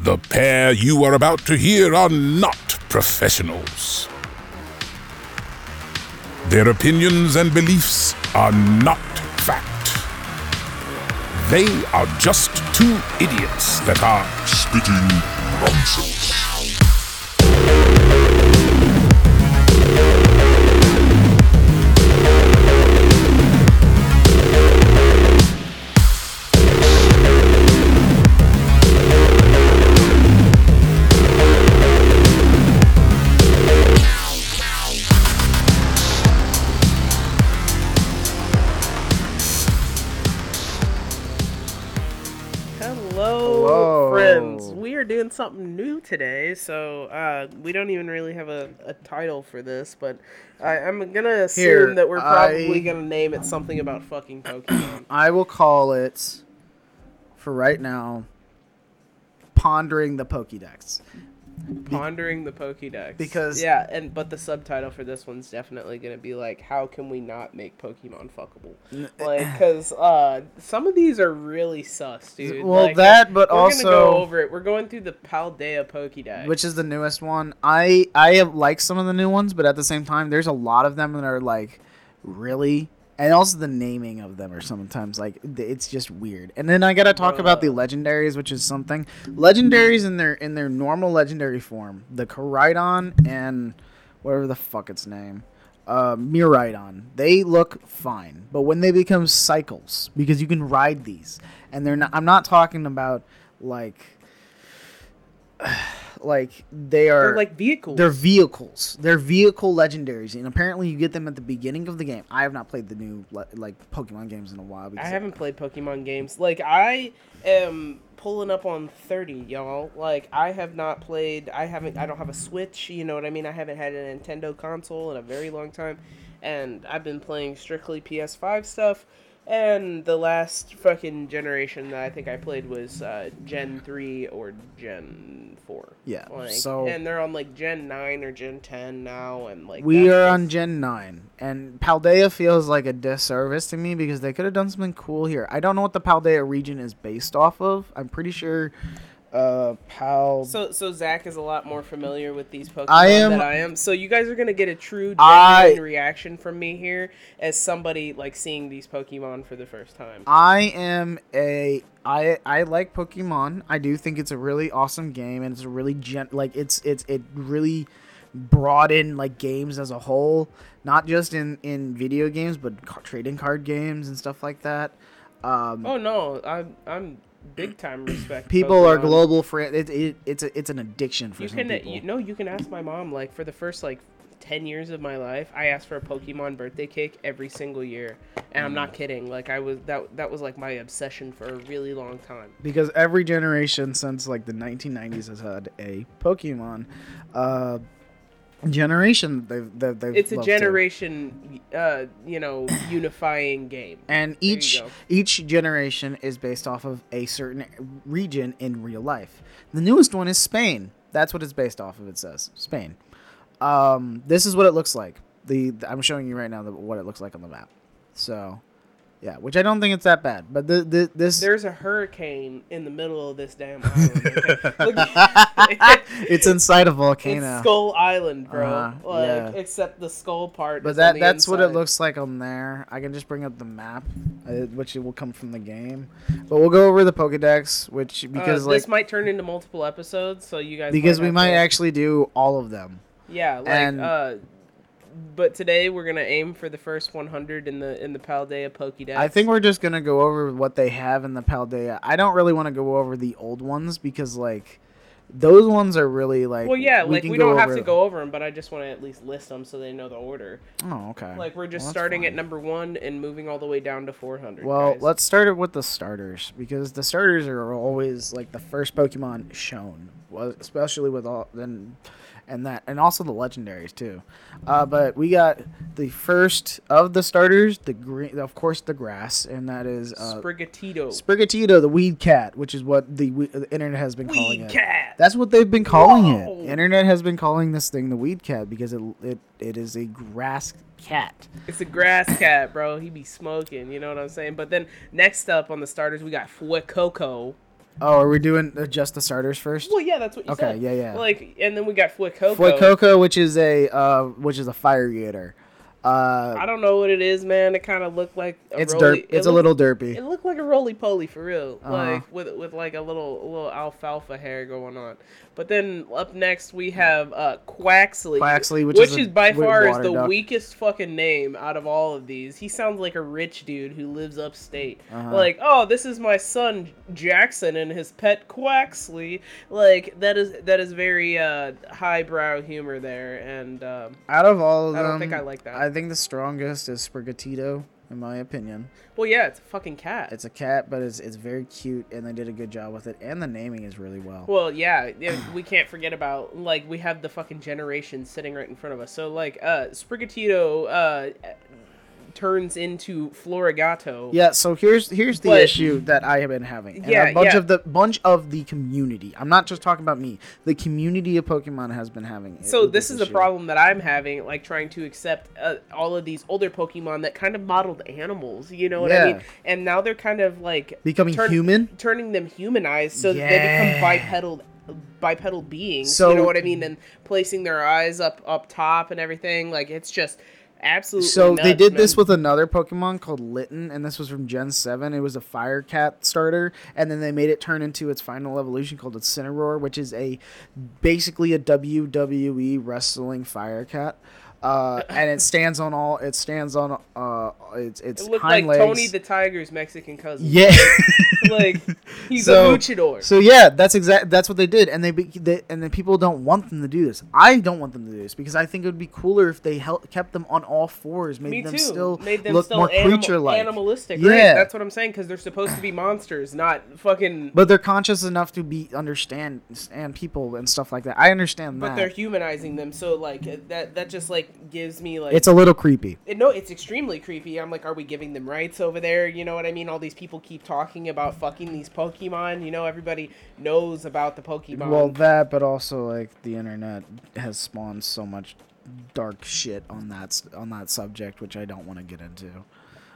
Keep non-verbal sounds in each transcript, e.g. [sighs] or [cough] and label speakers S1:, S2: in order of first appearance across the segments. S1: The pair you are about to hear are not professionals. Their opinions and beliefs are not fact. They are just two idiots that are spitting nonsense.
S2: Hello,
S3: Hello.
S2: friends. We are doing something new today, so uh, we don't even really have a, a title for this, but I, I'm gonna assume
S3: Here,
S2: that we're probably
S3: I-
S2: gonna name it something about fucking
S3: [clears throat]
S2: Pokemon.
S3: Um, I will call it for right now. Pondering the Pokédex.
S2: Pondering the Pokédex.
S3: because-
S2: yeah, and but the subtitle for this one's definitely gonna be like, how can we not make Pokemon fuckable?
S3: eh,
S2: Like, because uh, some of these are really sus, dude.
S3: Well,
S2: Like,
S3: that, but
S2: we're
S3: also-
S2: gonna go over it. We're going through the Paldea Pokédex,
S3: which is the newest one. I I have like some of the new ones, but at the same time, there's a lot of them that are like really, and also the naming of them are sometimes like th- it's just weird. And then I gotta talk about the legendaries, which is something legendaries in their in their normal legendary form, the Coridon and whatever the fuck its name. Uh, Muridon. They look fine, but when they become cycles, because you can ride these, and they're not. I'm not talking about like, like they are
S2: they're like vehicles.
S3: they're vehicles. They're vehicle legendaries, and apparently you get them at the beginning of the game. I have not played the new le- like Pokemon games in a while.
S2: I
S3: Because
S2: haven't played Pokemon games. Like I am pulling up on 30, y'all. Like I have not played I haven't I don't have a Switch, you know what I mean? I haven't had a Nintendo console in a very long time and I've been playing strictly PS5 stuff. And the last fucking generation that I think I played was uh, Gen 3 or Gen 4.
S3: Yeah,
S2: Like,
S3: so-
S2: and they're on like Gen 9 or Gen 10 now and like
S3: we
S2: that's
S3: are
S2: just-
S3: on Gen Nine, and Paldea feels like a disservice to me because they could have done something cool here. I don't know what the Paldea region is based off of. I'm pretty sure, uh, Pal.
S2: So, so Zach is a lot more familiar with these Pokemon
S3: I am-
S2: than I am. So you guys are gonna get a true genuine
S3: I-
S2: reaction from me here, as somebody like seeing these Pokemon for the first time.
S3: I am a I I like Pokemon. I do think it's a really awesome game and it's a really gen like it's it's it really brought in like games as a whole, not just in in video games but ca- trading card games and stuff like that. Um,
S2: Oh no, I'm I'm big time respect.
S3: people are
S2: Pokemon.
S3: global for it, it, it. It's a, it's an addiction for
S2: You
S3: some
S2: can uh,
S3: people.
S2: you, no, you can ask my mom. Like for the first like ten years of my life, I asked for a Pokemon birthday cake every single year, and I'm
S3: Mm.
S2: not kidding. Like I was that that was like my obsession for a really long time.
S3: because every generation since like the 1990s has had a Pokemon uh, generation that they've that they've
S2: It's a
S3: loved to.
S2: generation, uh, you know, unifying game.
S3: and
S2: you
S3: each
S2: go.
S3: each generation is based off of a certain region in real life. The newest one is Spain. That's what it's based off of. It says Spain. Um, this is what it looks like. The, the- I'm showing you right now the, what it looks like on the map. So, yeah, which I don't think it's that bad. But the, the
S2: [laughs]
S3: this
S2: There's a hurricane in the middle of this damn island. okay? Look-
S3: [laughs] it's inside a volcano.
S2: it's Skull Island, bro.
S3: Uh-huh,
S2: Like,
S3: yeah.
S2: except the skull part.
S3: But
S2: is on
S3: that
S2: the
S3: that's what it
S2: inside.
S3: looks like on there. I can just bring up the map, uh, which will come from the game. But we'll go over the Pokedex, which
S2: Uh,
S3: because like
S2: this might turn into multiple episodes, so you guys.
S3: because we
S2: have
S3: might
S2: to-
S3: actually do all of them.
S2: Yeah, like
S3: and-
S2: uh. But today we're gonna aim for the first 100 in the in the Paldea Pokédex.
S3: I think we're just gonna go over what they have in the Paldea. I don't really want to go over the old ones because like those ones are really like.
S2: Well, yeah, like we don't have
S3: over-
S2: to go over them, but I just want to at least list them so they know the order.
S3: Oh, okay.
S2: Like we're just
S3: Well, that's
S2: starting at
S3: fine.
S2: number one and moving all the way down to 400.
S3: Well,
S2: guys.
S3: let's start it with the starters because the starters are always like the first Pokemon shown, well, especially with all and and that and also the legendaries too. Uh, but we got the first of the starters, the green, of course, the grass, and that is uh,
S2: Sprigatito.
S3: Sprigatito, the weed cat, which is what the, we- the internet has been calling
S2: Weed
S3: it.
S2: cat.
S3: That's what they've been calling
S2: Whoa.
S3: it. Internet has been calling this thing the weed cat because it it, it is a grass cat.
S2: It's a grass cat, bro. He be smoking, you know what I'm saying? But then next up on the starters, we got Fuecoco.
S3: Oh, are we doing uh, just the starters first?
S2: Well, yeah, that's what you
S3: Okay,
S2: said.
S3: yeah, yeah.
S2: Like, and then we got Fue Coco.
S3: Foy Coco, which is a uh, which is a fire eater. Uh,
S2: I don't know what it is, man. It kind of looked like a
S3: it's
S2: roly-
S3: derp.
S2: it
S3: It's a
S2: looked-
S3: little derpy.
S2: It looked like a roly poly for real,
S3: Uh-huh.
S2: like with with like a little a little alfalfa hair going on. But then up next we have uh, Quaxley,
S3: Quaxley, which is a
S2: is by
S3: wa-
S2: far is
S3: water
S2: the
S3: duck.
S2: weakest fucking name out of all of these. He sounds like a rich dude who lives upstate.
S3: Uh-huh.
S2: Like, oh, this is my son Jackson and his pet Quaxley. Like that is that is very uh, highbrow humor there, and um,
S3: Out of all of
S2: I
S3: them,
S2: don't think I like that.
S3: I think the strongest is Sprigatito, in my opinion.
S2: well, yeah, it's a fucking cat.
S3: It's a cat, but it's it's very cute, and they did a good job with it, and the naming is really well.
S2: Well, yeah, yeah, we can't forget about like we have the fucking generation sitting right in front of us. So like, uh, Sprigatito uh, turns into Florigato.
S3: Yeah, so here's here's the
S2: But-
S3: issue that I have been having. And
S2: Yeah,
S3: a bunch
S2: yeah.
S3: of the bunch of the community. I'm not just talking about me. The community of Pokemon has been having. it
S2: So
S3: with
S2: this is the
S3: issue.
S2: problem that I'm having, like trying to accept uh, all of these older Pokemon that kind of modeled animals. You know what I
S3: Yeah.
S2: mean? And now they're kind of like
S3: Becoming human?
S2: turning them humanized, so that
S3: Yeah.
S2: they become bipedal bipedal beings.
S3: So-
S2: you know what I mean? And placing their eyes up up top and everything. Like it's just absolutely.
S3: So they
S2: nuts,
S3: did this
S2: man.
S3: with another Pokemon called Litten, and this was from Gen Seven. It was a Fire Cat starter, and then they made it turn into its final evolution called its Cineroar, which is a basically a WWE wrestling Fire Cat. Uh, and it stands on all. It stands on uh, its its
S2: It looked like
S3: hind legs.
S2: Tony the Tiger's Mexican cousin. [laughs]
S3: yeah. [laughs]
S2: Like he's
S3: So-
S2: a luchador.
S3: So yeah, that's exact. That's what they did, and they, be- they and then people don't want them to do this. I don't want them to do this because I think it would be cooler if they hel- kept them on all fours, made
S2: Me
S3: them
S2: too.
S3: still
S2: Made them
S3: look
S2: still
S3: more
S2: animal-
S3: creature-like,
S2: animalistic.
S3: Yeah,
S2: right? that's what I'm saying because they're supposed to be monsters, not fucking. But,
S3: but they're conscious enough to be understand and people and stuff like that. I understand that.
S2: they're humanizing them, so like that that just like gives me like
S3: it's a little creepy.
S2: it- no, it's extremely creepy. I'm like, are we giving them rights over there? You know what I mean? All these people keep talking about fucking these Pokemon. You know, everybody knows about the Pokemon.
S3: Well, that, but also like the internet has spawned so much dark shit on that s- on that subject, which I don't want to get into.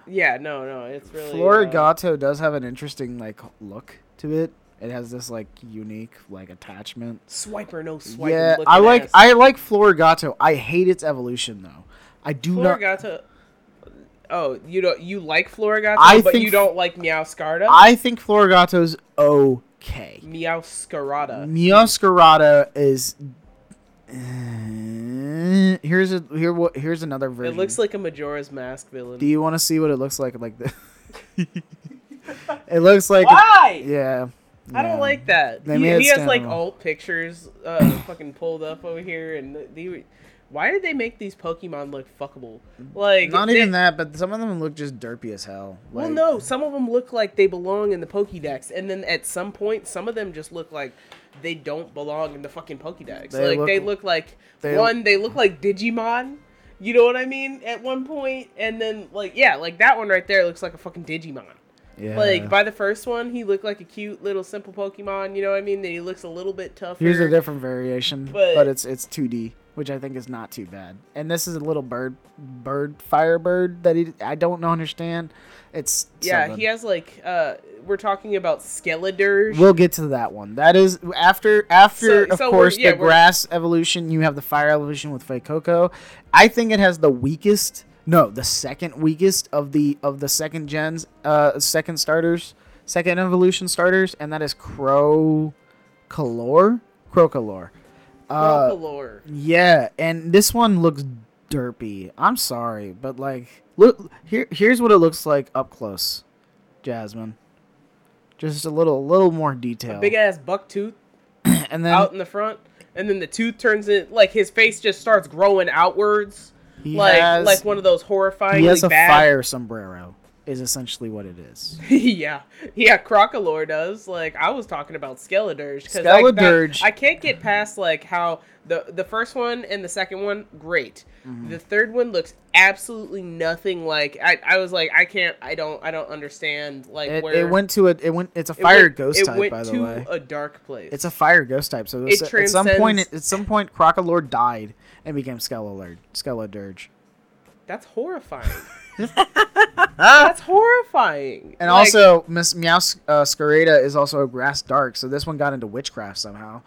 S2: yeah, no, no, it's really uh,
S3: Florigato does have an interesting like look to it. It has this like unique like attachment.
S2: swiper, no swiper.
S3: yeah,
S2: looking
S3: I like
S2: ass.
S3: I like Florigato. I hate its evolution though. I do not.
S2: Floragato. Oh, you don't you like Floragato,
S3: I
S2: but
S3: think
S2: you don't like Meowscarda.
S3: I think Florigato's okay.
S2: Meowscarada.
S3: Meowscarada is. Uh, here's a here what here's another version.
S2: It looks like a Majora's Mask villain.
S3: Do you want to see what it looks like like this? [laughs] it looks like.
S2: Why?
S3: Yeah.
S2: I don't
S3: yeah.
S2: like that.
S3: They
S2: He,
S3: made it
S2: he has like
S3: standalone.
S2: alt pictures
S3: [coughs]
S2: uh, fucking pulled up over here, and they. Why did they make these Pokemon look fuckable? Like
S3: Not
S2: they-
S3: even that, but some of them look just derpy as hell.
S2: Well,
S3: Like-
S2: no, some of them look like they belong in the Pokédex, and then at some point, some of them just look like they don't belong in the fucking Pokédex.
S3: They
S2: like
S3: look-
S2: they look like
S3: they-
S2: one, they look like Digimon. You know what I mean? At one point, and then like yeah, like that one right there looks like a fucking Digimon.
S3: Yeah.
S2: Like by the first one, he looked like a cute little simple Pokemon. You know what I mean? Then he looks a little bit tougher.
S3: here's a different variation, but,
S2: but-
S3: it's it's 2D, which I think is not too bad. And this is a little bird, bird, firebird that he, I don't know understand. It's
S2: yeah,
S3: something.
S2: he has like uh, we're talking about Skeledirge.
S3: We'll get to that one. That is after after
S2: So-
S3: of
S2: so we're-
S3: course
S2: yeah,
S3: the
S2: we're-
S3: grass evolution. You have the fire evolution with Fake Coco. I think it has the weakest. No, the second weakest of the of the second gens, uh, second starters, second evolution starters, and that is Crow, Calor, Crocalor. Uh,
S2: Crocolore.
S3: Yeah, and this one looks derpy. I'm sorry, but like, look here. Here's what it looks like up close, Jasmine. Just a little, little more detail.
S2: big ass buck tooth
S3: and then
S2: out in the front, and then the tooth turns in like his face just starts growing outwards,
S3: He
S2: like
S3: has-
S2: like one of those horrifying.
S3: he has a
S2: bad...
S3: fire sombrero. Is essentially what it is.
S2: [laughs] yeah, yeah, Crocolore does. Like I was talking about Skeledirge. 'cause I- that-
S3: Skeledirge-
S2: I, can't get past like how the the first one and the second one great.
S3: Mm-hmm.
S2: The third one looks absolutely nothing like. I, I was like I can't I don't I don't understand like
S3: It,
S2: where
S3: it went to a it went. It's a
S2: it
S3: fire
S2: went-
S3: ghost
S2: it
S3: type,
S2: went
S3: by the
S2: to
S3: way.
S2: a dark place.
S3: It's a fire ghost type. So
S2: It
S3: it's- at some point,
S2: transcends-
S3: at some point, Crocolord died and became Skelelord, Skelodurge. [laughs]
S2: That's horrifying. That's horrifying.
S3: And
S2: Like,
S3: also, Miss Meow uh, Scarada is also a grass dark, so this one got into witchcraft somehow.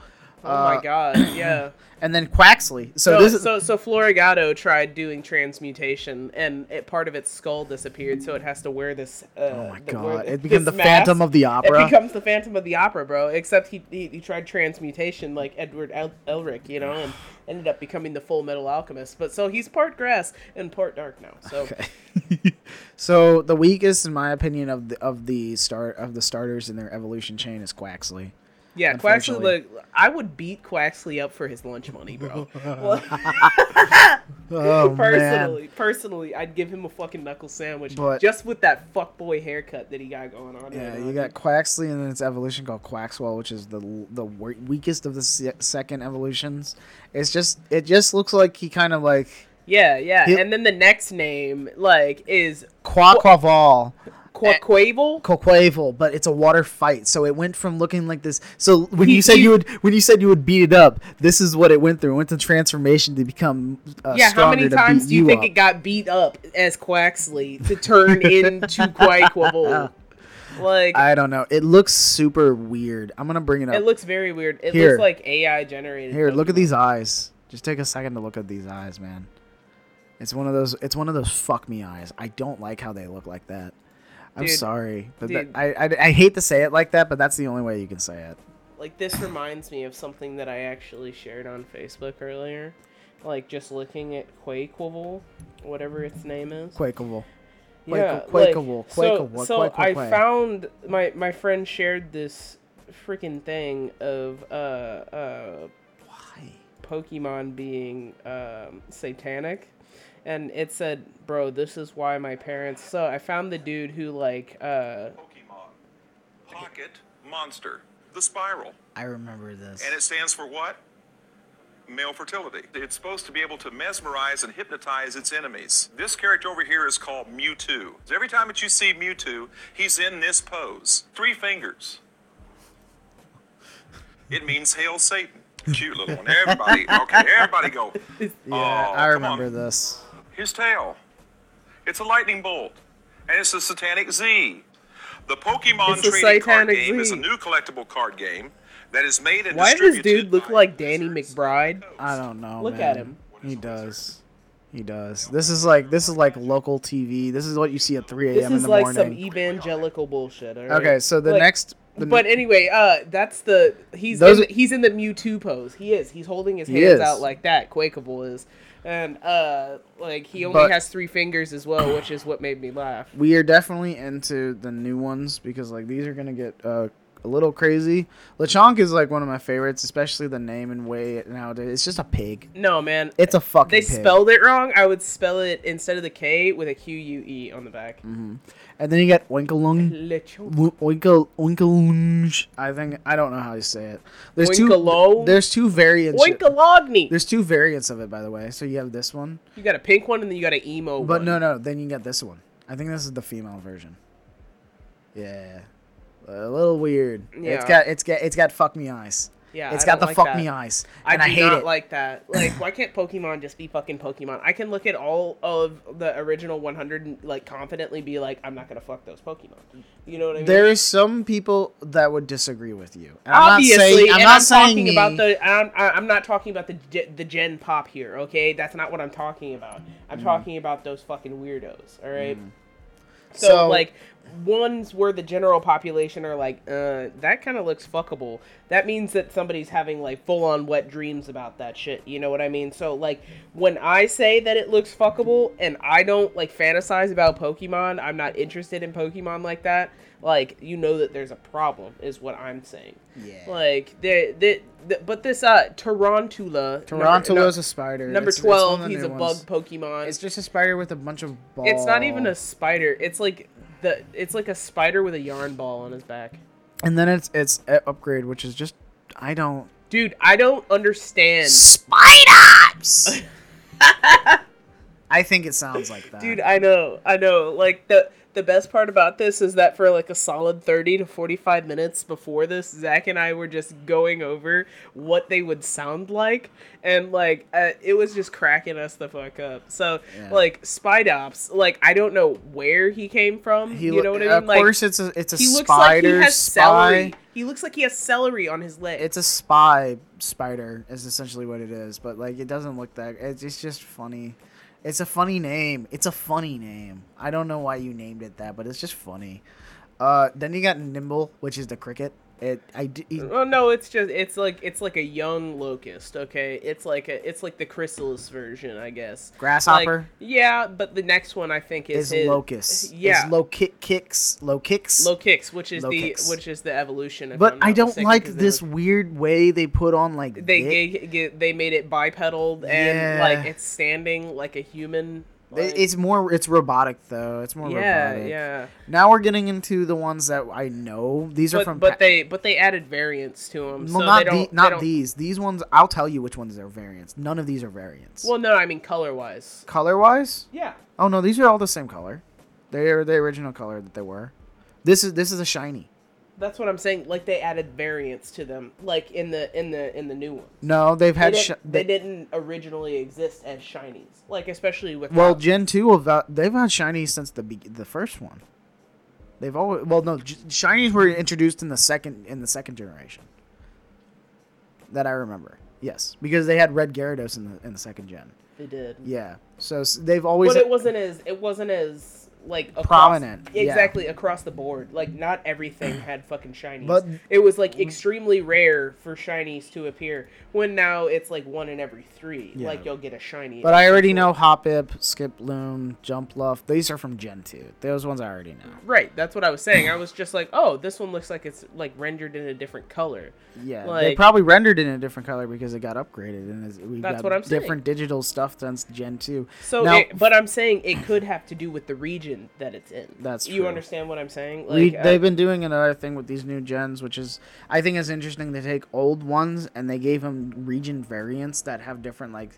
S2: oh
S3: uh,
S2: my
S3: [clears throat]
S2: god, yeah.
S3: And then Quaxley. So
S2: So
S3: this is
S2: so, so Florigato tried doing transmutation, and it, part of its skull disappeared, so it has to wear this. Uh,
S3: oh my
S2: the- wear
S3: god!
S2: thi-
S3: It became the
S2: this mask.
S3: Phantom of the Opera.
S2: It becomes the Phantom of the Opera, bro. Except he he, he tried transmutation like Edward El- Elric, you know,
S3: [sighs]
S2: and ended up becoming the Full Metal Alchemist. But so he's part grass and part dark now. So
S3: so the weakest, in my opinion, of the of the start of the starters in their evolution chain is Quaxley.
S2: yeah, Quaxley,
S3: Unfortunately.
S2: like, I would beat Quaxley up for his lunch money,
S3: [laughs]
S2: bro. Well,
S3: Oh
S2: [laughs] personally,
S3: man!
S2: personally, I'd give him a fucking knuckle sandwich
S3: But-
S2: just with that fuckboy haircut that he got going on.
S3: Yeah,
S2: right
S3: you
S2: now.
S3: got Quaxley, and then its evolution called Quaxwell, which is the the wor- weakest of the se- second evolutions. It's just it just looks like he kind of like
S2: yeah, yeah.
S3: He-
S2: and then the next name like is
S3: Quaquaval.
S2: Quaquavel.
S3: Coquavel, but it's a water fight. So it went from looking like this. So when you
S2: He-
S3: said
S2: he-
S3: you would, when you said you would beat it up, this is what it went through. It went to transformation to become uh,
S2: yeah, how
S3: stronger
S2: many
S3: to
S2: times
S3: beat
S2: do you think
S3: up.
S2: it got beat up as Quaxley to
S3: [laughs]
S2: turn into Quaquavel? Like,
S3: I don't know. It looks super weird. I'm gonna bring it up.
S2: it looks very weird. It
S3: Here.
S2: looks like AI generated.
S3: Here, look at
S2: Pokemon.
S3: these eyes. Just take a second to look at these eyes, man. It's one of those. It's one of those fuck me eyes. I don't like how they look like that. I'm
S2: Dude.
S3: sorry, but that,
S2: Dude.
S3: I, I I hate to say it like that, but that's the only way you can say it.
S2: Like, this reminds me of something that I actually shared on Facebook earlier. Like, just looking at Quaquavel, whatever its name is.
S3: Quakeable.
S2: Yeah,
S3: Quakeable.
S2: like,
S3: Quakeable.
S2: so,
S3: Quakeable.
S2: so I
S3: Quakeable.
S2: found my my friend shared this freaking thing of uh uh
S3: Why?
S2: Pokemon being um, satanic, and it said, "Bro, this is why my parents." So I found the dude who like, uh,
S4: Pokemon. Pocket Monster. The Spiral.
S3: I remember this.
S4: And it stands for what? Male fertility. It's supposed to be able to mesmerize and hypnotize its enemies. This character over here is called Mewtwo. Every time that you see Mewtwo, he's in this pose. Three fingers. It means hail Satan. Cute little one.
S3: [laughs]
S4: Everybody, okay, everybody go. Oh, Yeah,
S3: yeah, I remember this.
S4: his tail. It's a lightning bolt, and it's a Satanic Z. The Pokemon
S2: It's a
S4: Trading Card
S2: Satanic
S4: Game is
S2: Z.
S4: a new collectible card game that is made and
S2: why does
S4: distributed
S2: dude look
S4: by
S2: like Danny
S4: Wizards.
S2: McBride?
S3: I don't know.
S2: Look
S3: man.
S2: at him.
S3: He does. He does. This is like this is like local TV. This is what you see at 3 a.m.
S2: This
S3: in
S2: is
S3: the
S2: like some
S3: morning.
S2: evangelical bullshit. alright?
S3: okay, so the
S2: Like,
S3: next. The
S2: but anyway, uh, that's the he's
S3: Those
S2: in
S3: are-
S2: the, he's in the Mewtwo pose. He is. He's holding his
S3: He
S2: hands
S3: is.
S2: out like that. Quakeable is, and uh, like he only
S3: But-
S2: has three fingers as well, which is what made me
S3: [clears throat]
S2: laugh.
S3: we are definitely into the new ones because like these are gonna get uh, a little crazy. Lechonk is like one of my favorites, especially the name and way it nowadays. It's just a pig.
S2: No man,
S3: It's a fucking.
S2: they
S3: pig.
S2: spelled it wrong. I would spell it instead of the K with a Q U E on the back.
S3: Mm-hmm. And then you got Winkalung.
S2: Lechon-
S3: Winkle Winkalunge. I think I don't know how you say it. There's two.
S2: Winkalow?
S3: There's two variants.
S2: Oinkalogny.
S3: There's two variants of it, by the way. So you have this one,
S2: You got a pink one and then you got an emo
S3: but
S2: one.
S3: no, no. Then you get this one. I think this is the female version. Yeah, a little weird. It's
S2: Yeah.
S3: got it's got it's got fuck me eyes.
S2: Yeah,
S3: it's
S2: I
S3: got
S2: don't
S3: the
S2: like
S3: fuck
S2: that.
S3: me eyes,
S2: I
S3: and
S2: do
S3: I hate
S2: not
S3: it.
S2: like that. Like, why can't Pokemon just be fucking Pokemon? I can look at all of the original 100 and like confidently be like, I'm not gonna fuck those Pokemon. You know what I mean?
S3: there is some people that would disagree with you. And
S2: Obviously,
S3: I'm not saying, I'm
S2: and
S3: not
S2: I'm
S3: saying
S2: talking
S3: me.
S2: about the I'm, I- I'm not talking about the ge- the Gen Pop here, okay? That's not what I'm talking about. I'm
S3: Mm.
S2: talking about those fucking weirdos, all right? So,
S3: So-
S2: like ones where the general population are like, uh, that kind of looks fuckable. That means that somebody's having like full on wet dreams about that shit. You know what I mean? So like when I say that it looks fuckable and I don't like fantasize about Pokemon, I'm not interested in Pokemon like that. Like you know that there's a problem is what I'm saying.
S3: Yeah.
S2: Like the the, the but this uh Tarantula number-
S3: Tarantula's
S2: no,
S3: a spider.
S2: number
S3: It's- it's one of
S2: twelve.
S3: the
S2: he's
S3: new
S2: a
S3: ones.
S2: bug Pokemon.
S3: It's just a spider with a bunch of balls.
S2: It's not
S3: Oh.
S2: even a spider. It's like the it's like a spider with a yarn ball on his back.
S3: And then it's it's a- upgrade, which is just I don't.
S2: Dude, I don't understand.
S3: Spiders. [laughs] I think it sounds like
S2: [laughs]
S3: that.
S2: Dude, I know. I know. Like the The best part about this is that for like a solid 30 to 45 minutes before this, Zach and I were just going over what they would sound like. And like, uh, it was just cracking us the fuck up. So, like, Spy Ops, like, I don't know where he came from.
S3: He
S2: you
S3: look-
S2: know what I mean?
S3: Of
S2: like,
S3: course, it's a it's a
S2: he looks
S3: spider
S2: like he has
S3: spy.
S2: celery. He looks like he has celery on his leg.
S3: It's a spy spider is essentially what it is, but like it doesn't look that. It's it's just funny. It's a funny name. It's a funny name. I don't know why you named it that, but it's just funny. Uh, then you got Nimble, which is the cricket. It I d- he-
S2: Well, no, it's just it's like it's like a young locust. Okay, it's like a it's like the chrysalis version, I guess.
S3: Grasshopper?
S2: Like, yeah, but the next one I think is
S3: is
S2: his-
S3: locust.
S2: Yeah,
S3: is low kick kicks. Low kicks.
S2: locust, which is
S3: Locust.
S2: the which is the evolution. If
S3: but
S2: I'm
S3: I
S2: not
S3: don't
S2: mistaken,
S3: like
S2: 'cause
S3: this
S2: They,
S3: weird way they put on like
S2: they
S3: dick.
S2: ga- ga- they made it bipedal and like
S3: Yeah.
S2: it's standing like a human.
S3: It-
S2: like-
S3: It's more. It's robotic though. It's more
S2: yeah,
S3: robotic.
S2: yeah.
S3: Now we're getting into the ones that I know. These are
S2: But,
S3: from.
S2: but
S3: pa-
S2: they but they added variants to them.
S3: Well,
S2: so
S3: not
S2: they don't,
S3: the,
S2: they
S3: not
S2: don't-
S3: these. These ones, I'll tell you which ones are variants. None of these are variants.
S2: Well, no, I mean color wise.
S3: color wise,
S2: Yeah.
S3: oh no, these are all the same color. They are the original color that they were. This is this is a shiny.
S2: That's what I'm saying. Like they added variants to them, like in the in the in the new one.
S3: No, they've
S2: They,
S3: had.
S2: didn't,
S3: shi-
S2: they
S3: they-
S2: didn't originally exist as shinies, like especially with
S3: Well, Gen two of uh, they've had shinies since the be- the first one. They've always well no j- shinies were introduced in the second in the second generation. That I remember. Yes, because they had red Gyarados in the in the second gen.
S2: they did.
S3: Yeah, so s- they've always.
S2: but it wasn't as it wasn't as like across,
S3: Prominent, yeah.
S2: exactly across the board. Like not
S3: [clears throat]
S2: everything had fucking shinies.
S3: But-
S2: it was like extremely rare for shinies to appear. When now it's like one in every three.
S3: Yeah.
S2: Like you'll get a shiny.
S3: But I already know Hoppip, Skip Loom, Jump Luff. These are from Gen 2. Those ones I already know.
S2: Right, that's what I was saying. I was just like, oh, this one looks like it's like rendered in a different color.
S3: Yeah. they
S2: Like-
S3: probably rendered it in a different color because it got upgraded and it's- we've
S2: That's
S3: got
S2: what I'm saying.
S3: different digital stuff since Gen 2.
S2: So,
S3: now,
S2: it, but I'm saying it could have to do with the region that it's in.
S3: That's
S2: you
S3: true.
S2: understand what I'm saying?
S3: we,
S2: Like, uh,
S3: they've been doing another thing with these new gens, which is I think is interesting. They take old ones and they gave them region variants that have different like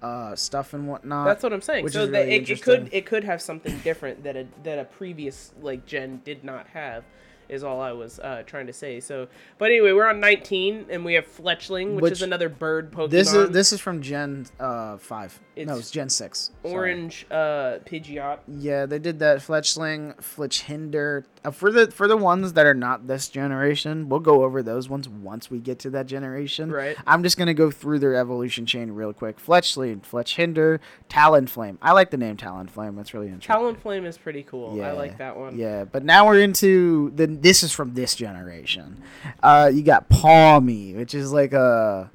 S3: uh, stuff and whatnot.
S2: that's what I'm saying.
S3: which
S2: so
S3: is
S2: that
S3: really
S2: it, it could
S3: interesting.
S2: it could have something different that a that a previous like gen did not have. Is all I was uh, trying to say. So, but anyway, we're on 19, and we have Fletchling, which, is
S3: Which-
S2: another bird Pokemon.
S3: This is this is from Gen uh, five. no,
S2: It's
S3: it's Gen six. Sorry. Mm.
S2: orange uh, Pidgeot.
S3: Yeah, they did that Fletchling, Fletchhinder. Uh, for the for the ones that are not this generation, we'll go over those ones once we get to that generation.
S2: Right.
S3: I'm just gonna go through their evolution chain real quick. Fletchling, Fletchhinder, Talonflame. I like the name Talonflame. That's really interesting.
S2: Talonflame is pretty cool. I like that one.
S3: Yeah, but now we're into the. This is from this generation. Uh, you got Palmy, which is like a.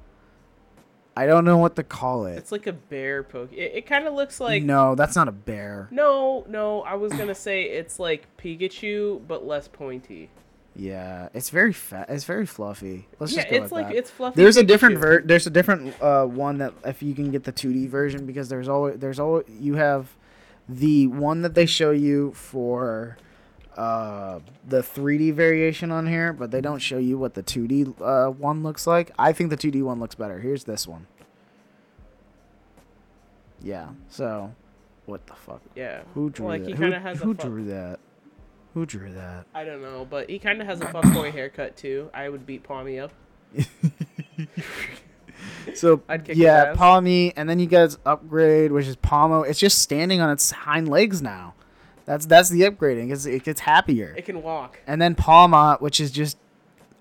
S3: I don't know what to call it.
S2: It's like a bear poke. It, it kind of looks like
S3: no, that's not a bear.
S2: No, no, I was gonna say it's like Pikachu but less pointy.
S3: Yeah, it's very fat. It's very fluffy. Let's
S2: Yeah,
S3: just go
S2: it's
S3: with
S2: like-
S3: that.
S2: it's fluffy
S3: There's a different
S2: Pikachu.
S3: ver- There's a different uh, one that if you can get the 2D version because there's always there's always you have the one that they show you for uh, the 3D variation on here, but they don't show you what the 2D uh, one looks like. I think the 2D one looks better. Here's this one. Yeah. So, what the fuck?
S2: Yeah.
S3: Who drew
S2: like
S3: that?
S2: he
S3: Who,
S2: kind of has
S3: who
S2: a fuck-
S3: drew that? Who drew that?
S2: I don't know, but he kind of has a fuckboy haircut too. I would beat Palmy up.
S3: So
S2: [laughs] I'd kick his
S3: yeah,
S2: ass.
S3: Palmy, and then you guys upgrade, which is Palmo. It's just standing on its hind legs now. That's that's the upgrading. It's, it gets happier.
S2: It can walk.
S3: And then Palma, which is just,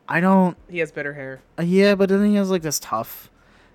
S3: I don't.
S2: He has better hair.
S3: Uh, yeah, but then he has like this tough.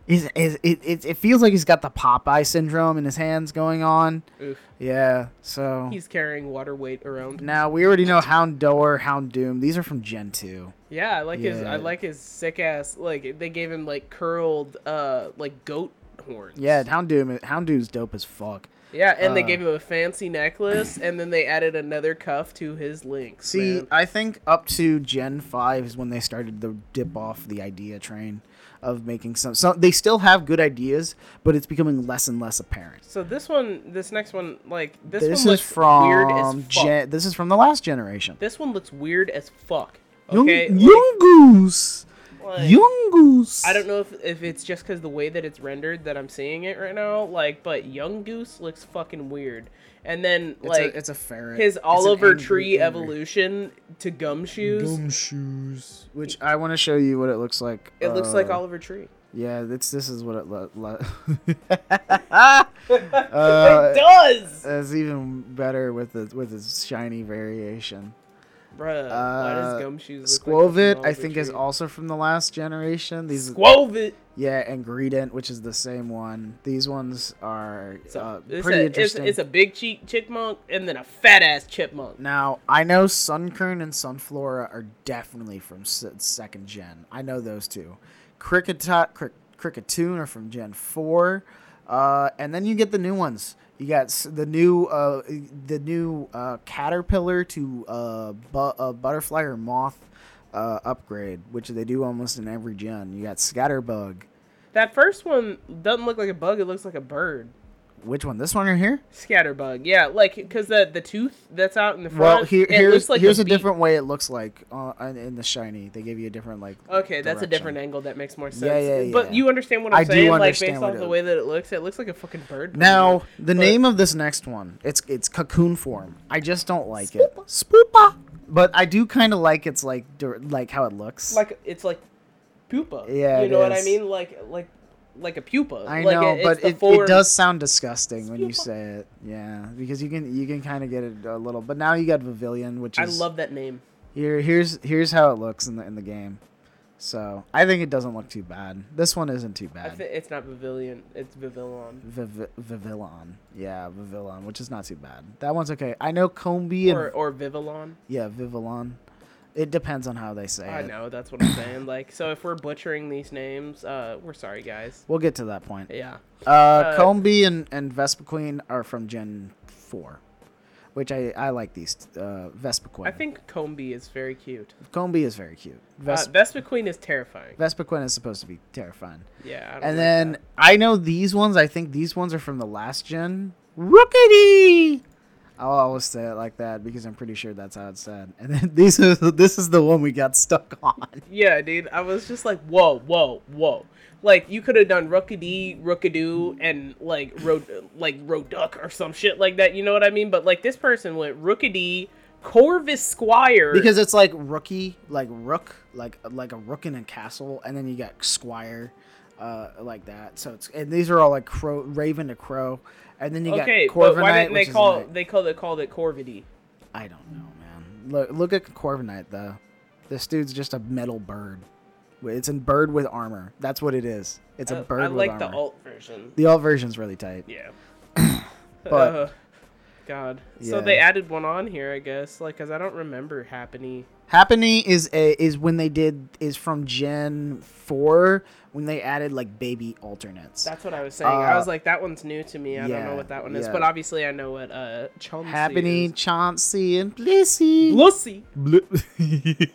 S3: Is is it, it? It feels like he's got the Popeye syndrome in his hands going on.
S2: Oof.
S3: Yeah. So
S2: He's carrying water weight around.
S3: now we already know Houndour, Houndoom. These are from Gen two.
S2: Yeah, I like his.
S3: Yeah.
S2: I like his sick ass. Like they gave him like curled, uh, like goat horns.
S3: Yeah, Houndoom. Houndoom's dope as fuck.
S2: Yeah, and they
S3: Uh,
S2: gave him a fancy necklace, and then they added another cuff to his links.
S3: See,
S2: man.
S3: I think up to Gen Five is when they started to dip off the idea train of making some. So they still have good ideas, but it's becoming less and less apparent.
S2: So this one, this next one, like this,
S3: This,
S2: one
S3: is
S2: looks weird
S3: from
S2: as fuck.
S3: Gen. This is from the last generation.
S2: This one looks weird as fuck.
S3: Yung-
S2: Okay,
S3: Yungoos,
S2: Like,
S3: Yungoos.
S1: Goose.
S2: I don't know if, if it's just because the way that it's rendered that I'm seeing it right now, like, but Young Goose looks fucking weird. And then,
S3: It's,
S2: like,
S3: a, it's a ferret.
S2: his
S3: It's an
S2: Oliver
S3: angry
S2: Tree
S3: angry-
S2: evolution to gumshoes,
S5: Gumshoes.
S3: Which I want to show you what it looks like.
S2: it looks like
S3: uh,
S2: Oliver Tree.
S3: Yeah, this this is what it looks. Lo- [laughs] Uh,
S2: it does!
S3: it's even better with the with its shiny variation.
S2: Bruh, why does
S3: uh,
S2: gumshoes look
S3: Squovit,
S2: like
S3: I think, is also from the last generation. These,
S2: Squovit!
S3: yeah, and Greedent, which is the same one. These ones are
S2: It's a,
S3: uh,
S2: it's,
S3: pretty
S2: a, it's,
S3: interesting.
S2: it's a big cheek chipmunk and then a fat ass chipmunk.
S3: Now I know Sunkern and Sunflora are definitely from se- second gen. I know those two. Cricketot, Cric- Cricketoon are from Gen four, uh, and then you get the new ones. You got s- the new uh, the new uh, caterpillar to uh, bu- uh, butterfly or moth uh, upgrade, which they do almost in every gen. You got Scatterbug.
S2: That first one doesn't look like a bug, it looks like a bird.
S3: Which one? This one right here?
S2: Scatterbug, yeah, like because the the tooth that's out in the front.
S3: Well, here,
S2: it
S3: here's
S2: looks like
S3: here's a,
S2: beak.
S3: different way it looks like uh, in in the shiny. They give you a different like.
S2: Okay, that's a
S3: direction.
S2: different angle that makes more sense.
S3: yeah, yeah.
S2: But you understand what I'm
S3: I do
S2: saying, like
S3: understand
S2: based
S3: what
S2: off
S3: it
S2: the way that it looks, it looks like a fucking bird. when you-
S3: Now, the
S2: but-
S3: name of this next one, it's it's cocoon form. I just don't like it. Spoopa. But I do kind of like it's like dir- like how it looks.
S2: like it's like pupa.
S3: Yeah,
S2: you
S3: it
S2: know what I
S3: is.
S2: mean, like like like a pupa.
S3: I
S2: like, it-
S3: know,
S2: it's
S3: but
S2: the
S3: it, it
S2: form-
S3: does sound disgusting when you
S2: Spoopa.
S3: say it. Yeah, because you can you can kind of get it a little. But now you got Pavilion, which
S2: I
S3: is
S2: love that name.
S3: here. Here's here's how it looks in the in the game. So I think it doesn't look too bad. This one isn't too
S2: I
S3: bad.
S2: thi- it's not Pavilion, it's Pavilion.
S3: Viv- Vivillon. Yeah, Vivillon, which is not too bad. That one's okay. I know Combi and
S2: Or or Vivillon.
S3: Yeah, Vivillon. It depends on how they say
S2: I
S3: it.
S2: know, that's what I'm saying. Like so if we're butchering these names, uh we're sorry guys.
S3: We'll get to that point.
S2: Yeah.
S3: Uh, Combi and, and Vespa Queen are from Gen 4, which I, I like these. Uh, Vespa Queen.
S2: I think Combi is very cute.
S3: Combi is very cute.
S2: Ves-
S3: Ves-
S2: uh, Vespa Queen is terrifying.
S3: Vespa Queen is supposed to be terrifying.
S2: yeah. I don't like
S3: And then
S2: that.
S3: I know these ones. I think these ones are from the last gen. Rookity. I'll always say it like that because I'm pretty sure that's how it's said. And then [laughs] these are, this is the one we got stuck on.
S2: Yeah, dude. I was just like, whoa, whoa, whoa. Like you could have done rookity, rookadoo, and like ro like roduck or some shit like that. You know what I mean? But like this person went rookity, Corvus Squire.
S3: because it's like rookie, like rook, like like a rook in a castle, and then you got squire, uh, like that. So it's and these are all like crow, raven to crow, and then you
S2: okay,
S3: got
S2: but
S3: corviknight.
S2: why didn't they
S3: which is
S2: call
S3: like-
S2: they call it called it corvity?
S3: I don't know, man. Look look at corviknight though. This dude's just a metal bird. Wait, It's a bird with armor. That's what it is. It's a
S2: I-
S3: bird
S2: Uh, Oh, I like
S3: with
S2: the
S3: armor.
S2: alt version.
S3: the alt version's really tight.
S2: Yeah.
S3: [laughs] But-
S2: Uh, God. So
S3: Yeah.
S2: they added one on here, I guess, like because I don't remember Happiny.
S3: Happiny is a is when they did is from Gen four when they added like baby alternates.
S2: That's what I was saying. I
S3: Uh,
S2: was like, that one's new to me. I don't know
S3: yeah,
S2: what that one is,
S3: yeah.
S2: but obviously I know what uh Chauncey
S3: Happiny,
S2: is.
S3: Chauncey, and Blissey.
S2: [laughs] Blussy.
S3: Blu-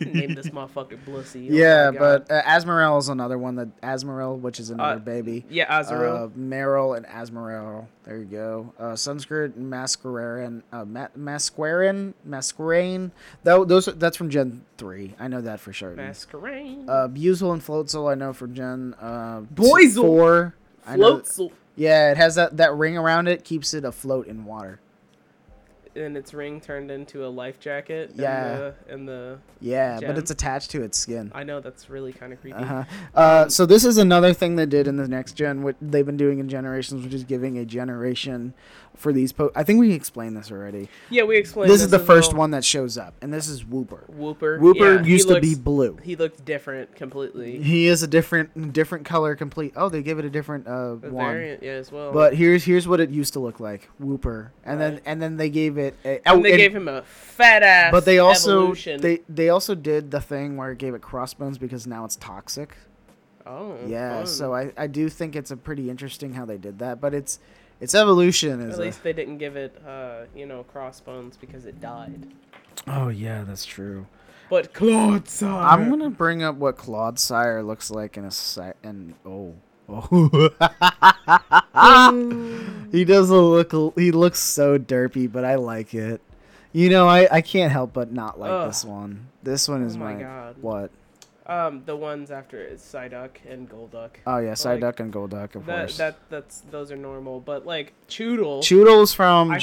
S2: Name this motherfucker Blussy. Oh
S3: yeah,
S2: my God.
S3: but uh, Asmorel is another one that Asmorel, which is another
S2: Uh,
S3: baby.
S2: yeah,
S3: Uh,
S2: Azarel.
S3: Meryl and Asmorel. There you go. Uh, Sunskirt and Masquerain. Uh, Ma- Masquerain. Masquerain. Tho- those. That's from Gen three. I know that for sure.
S2: Masquerain.
S3: uh, Buzel and Floatzel. I know from Gen uh, t-
S2: Boizel.
S3: four. I know-
S2: Floatzel.
S3: Yeah, it has that that ring around it. Keeps it afloat in water.
S2: And its ring turned into a life jacket.
S3: Yeah.
S2: And the, and the
S3: Yeah,
S2: Gen?
S3: but it's attached to its skin.
S2: I know that's really kind of creepy.
S3: Uh-huh. Uh, so this is another thing they did in the next gen, what they've been doing in generations, which is giving a generation for these. Po- I think we explained this already.
S2: Yeah, we explained.
S3: This is the
S2: as
S3: first
S2: well.
S3: one that shows up, and this is Whooper.
S2: Whooper.
S3: Whooper
S2: Yeah, he
S3: used to be
S2: looks-
S3: blue.
S2: He looked different completely.
S3: He is a different, different color. Complete. Oh, they give it a different uh,
S2: The
S3: one.
S2: variant, yeah, as well.
S3: But here's here's what it used to look like, Whooper, and then and then they gave it. A, oh,
S2: and they
S3: and-
S2: gave him a fat ass.
S3: but they also
S2: evolution.
S3: they they also did the thing where it gave it crossbones because now it's toxic.
S2: Oh.
S3: Yeah,
S2: fun.
S3: so I, I do think it's a pretty interesting how they did that, but it's it's evolution is
S2: At
S3: a-
S2: least they didn't give it, uh, you know, crossbones because it died.
S3: Oh yeah, that's true.
S2: But Claude saw.
S3: I'm going to bring up what Claude Sire looks like in a sec and oh. [laughs] Oh. he doesn't look he looks so derpy, but I like it. You know, I, I can't help but not like
S2: Ugh.
S3: this one. This one is
S2: Oh my
S3: my,
S2: God.
S3: what?
S2: Um, the ones after it is Psyduck and Golduck.
S3: Oh yeah,
S2: But, like,
S3: Psyduck and Golduck, of
S2: That,
S3: course.
S2: that that's those are normal, but like Choodle.
S3: Toodles from
S2: I fucking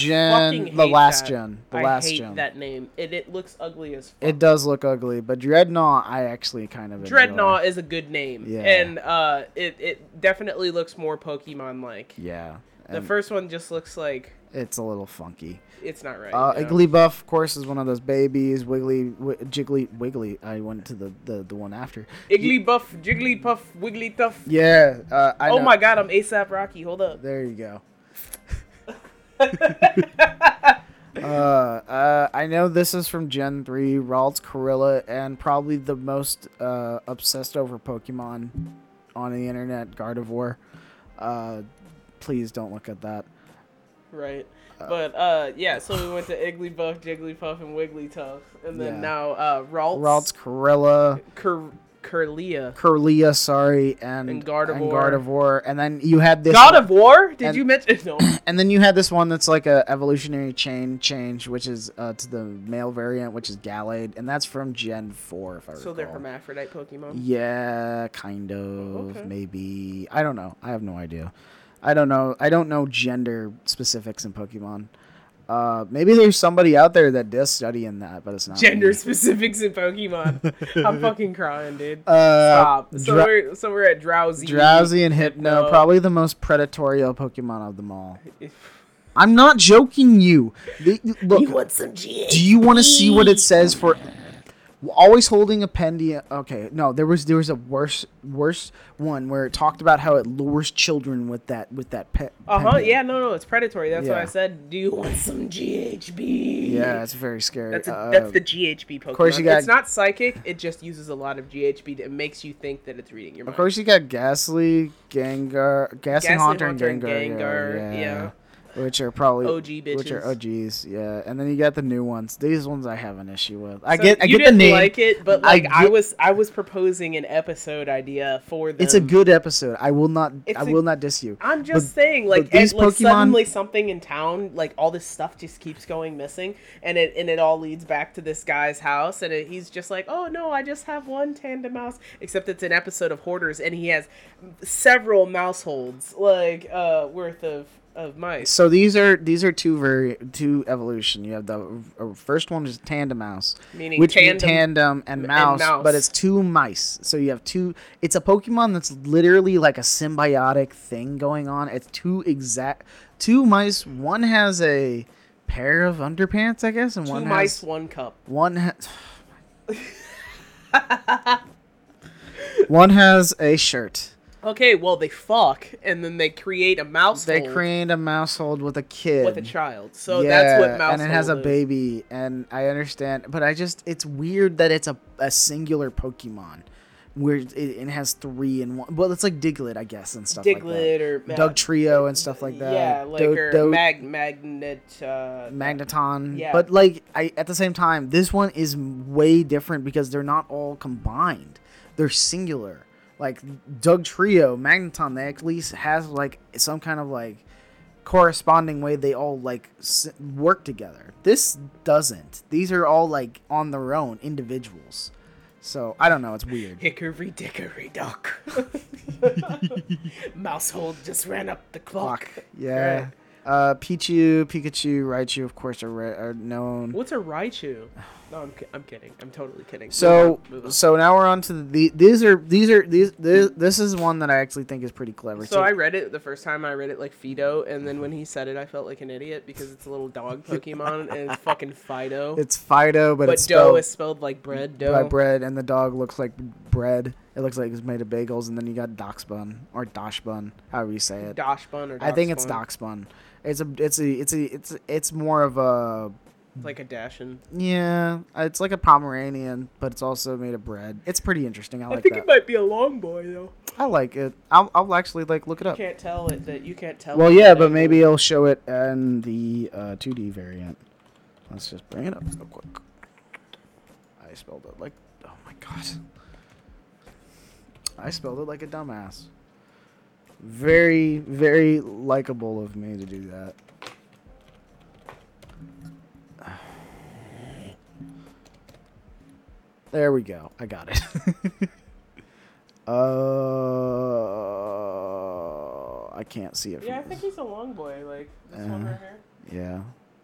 S3: Gen, the
S2: hate
S3: last
S2: that.
S3: gen, the
S2: I
S3: last
S2: hate
S3: gen.
S2: that name. It it looks ugly as fuck.
S3: It does look ugly, but Dreadnought, I actually kind of enjoy.
S2: Dreadnought is a good name,
S3: Yeah.
S2: and uh, it it definitely looks more Pokemon like.
S3: Yeah,
S2: The
S3: and
S2: first one just looks like
S3: it's a little funky.
S2: it's not right.
S3: Uh,
S2: you know?
S3: Igglybuff, of course, is one of those babies. Wiggly, w- Jiggly, Wiggly. I went to the, the, the one after.
S2: Igglybuff, Jigglypuff, Wigglytuff.
S3: Yeah. Uh, I
S2: oh
S3: know.
S2: my god, I'm ASAP Rocky. Hold up.
S3: There
S2: [laughs]
S3: you go. uh, uh, I know this is from Gen 3, Ralts, Corilla, and probably the most uh, obsessed over Pokemon on the internet, Gardevoir. Uh, please don't look at that.
S2: Right. But uh yeah, so we went to Igglybuff, Jigglypuff, and Wigglytuff. And then
S3: Yeah.
S2: now uh Ralts,
S3: Ralts, Corilla,
S2: Cur- Curlia.
S3: Curlia, sorry, and,
S2: And Gardevoir.
S3: and Gardevoir. And then you had this
S2: God of War? Did
S3: and-
S2: you
S3: [laughs]
S2: mention [coughs] no
S3: and then you had this one that's like a evolutionary chain change, which is uh, to the male variant, which is Gallade, and that's from Gen Four, if I recall.
S2: So they're hermaphrodite Pokemon.
S3: Yeah, kind of,
S2: Okay.
S3: maybe. I don't know. I have no idea. I don't know. I don't know gender specifics in Pokemon. Uh, maybe there's somebody out there that does study in that, but it's not me.
S2: Gender specifics in Pokemon. I'm fucking crying, dude.
S3: Uh,
S2: Stop. So
S3: Dra-
S2: we're so we're at drowsy.
S3: Drowsy and Hypno,
S2: Hypno.
S3: probably the most predatory Pokemon of
S2: [laughs]
S3: them all. I'm not joking you. The- look,
S2: some
S3: Do you want to see what it says for always holding a pendia? Okay, no, there was there was a worse worse one where it talked about how it lures children with that with that pet.
S2: Uh huh.
S3: pendant.
S2: Yeah. No. No. It's predatory. That's what
S3: Yeah.
S2: I said. Do you want some GHB?
S3: Yeah, it's very scary.
S2: That's, a,
S3: Uh,
S2: that's the GHB Pokemon. Of
S3: course you got-
S2: It's not psychic. It just uses a lot of GHB. That makes you think that it's reading your mind.
S3: of course you got Ghastly, Gengar, Ghastly
S2: Ghastly,
S3: Haunter, and
S2: Haunter, and
S3: Gengar.
S2: Gengar,
S3: yeah. Which are probably
S2: OG
S3: which are
S2: bitches.
S3: OGs, yeah. And then you got the new ones. These ones I have an issue with. I
S2: So
S3: get I
S2: you
S3: get the
S2: didn't
S3: name.
S2: like it, but
S3: I
S2: like I,
S3: get-
S2: was, I was proposing an episode idea for them.
S3: it's a good episode. I will not
S2: It's
S3: I
S2: a-
S3: will not diss you.
S2: I'm just
S3: But-
S2: saying, like,
S3: but these
S2: and, like
S3: Pokemon-
S2: suddenly something in town, like all this stuff just keeps going missing, and it and it all leads back to this guy's house, and it, he's just like, oh no, I just have one tandem mouse, except it's an episode of Hoarders, and he has several mouse holds, like uh, worth of of mice.
S3: So these are these are two very two evolution. You have the uh, first one is tandem mouse,
S2: Meaning
S3: which mean
S2: tandem
S3: tandem and mouse,
S2: mouse.
S3: but it's two mice. So you have two. It's a Pokemon that's literally like a symbiotic thing going on. It's two exact two mice. One has a pair of underpants, I guess, and
S2: Two
S3: one
S2: mice,
S3: has
S2: one cup.
S3: [sighs] one. Ha- one has a shirt.
S2: Okay, well they fuck, and then they create a mouse.
S3: They
S2: hold
S3: create a mouse hold with a kid.
S2: with a child, so that's what mouse.
S3: and it has a
S2: hold is.
S3: baby, and I understand, but I just it's weird that it's a, a singular Pokemon, where it, it has three in one. Well, it's like Diglett, I guess, and stuff
S2: Diglett
S3: like that.
S2: or
S3: Doug Trio and stuff like that.
S2: Yeah, like
S3: Do-
S2: or
S3: Do-
S2: mag magnet. Uh,
S3: Magneton.
S2: Yeah.
S3: But like, I at the same time, this one is way different because they're not all combined; they're singular. Like Doug Trio, Magneton, they at least has like some kind of like corresponding way they all like s- work together. This doesn't. These are all like on their own individuals. So I don't know. It's weird.
S2: Hickory dickory
S3: [laughs]
S2: dock. Mousehole just ran up the clock.
S3: Fuck. Yeah. Uh, Pichu, Pikachu, Raichu, of course, are, re- are known.
S2: What's a Raichu? No, I'm, ki- I'm kidding. I'm totally kidding.
S3: So
S2: Move on, move on.
S3: so now we're on to the these are these are these this, this is one that I actually think is pretty clever.
S2: So I read it the first time I read it like Fido, and then when he said it, I felt like an idiot because it's a little
S3: [laughs]
S2: dog Pokemon and it's fucking Fido.
S3: it's Fido, but,
S2: but
S3: it's
S2: dough
S3: spelled
S2: is spelled like bread dough.
S3: by bread, and the dog looks like bread. It looks like it's made of bagels, and then you got Dox bun or Dosh bun, however you say it.
S2: Dosh bun or
S3: I think it's
S2: Doxbun.
S3: Dox bun. It's a it's a it's a it's it's more of a
S2: It's like a Dashin.
S3: yeah. It's like a Pomeranian, but it's also made of bread. It's pretty interesting. I
S2: I
S3: like
S2: think
S3: that.
S2: it might be a long boy though.
S3: I like it. I'll, I'll actually like look it
S2: You
S3: up.
S2: can't tell it that you can't tell.
S3: Well,
S2: it
S3: yeah,
S2: that
S3: but
S2: it-
S3: maybe it'll show it in the uh, 2D variant. Let's just bring it up real quick. I spelled it like, oh my god. I spelled it like a dumbass. Very, very likable of me to do that. There we go. I got it. [laughs] uh, I can't see it. From
S2: Yeah, I
S3: this.
S2: think he's a long boy, like this one
S3: Uh-huh.
S2: right here.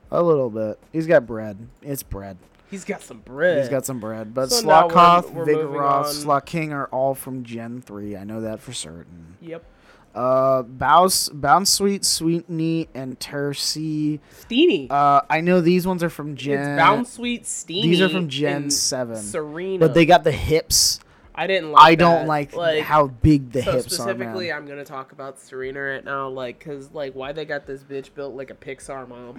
S3: yeah, a little bit. He's got bread. It's bread.
S2: He's got some bread.
S3: He's got some bread. But
S2: So now we're-
S3: Slotkoth,
S2: we're moving
S3: Vigoroth,
S2: on.
S3: Slotking are all from Gen three. I know that for certain.
S2: Yep.
S3: Uh, Bounce, Bounce Sweet, Sweet Knee, and Tercy.
S2: Steenie.
S3: Uh, I know these ones are from Gen.
S2: it's Bound Sweet Steenie.
S3: These are from Gen
S2: and
S3: Seven.
S2: Serena.
S3: But they got the hips.
S2: I didn't like
S3: I don't
S2: that.
S3: like, how big the
S2: so
S3: hips are,
S2: specifically,
S3: man.
S2: I'm gonna talk about Serena right now, like, cause like why they got this bitch built like a Pixar
S3: [laughs]
S2: mom,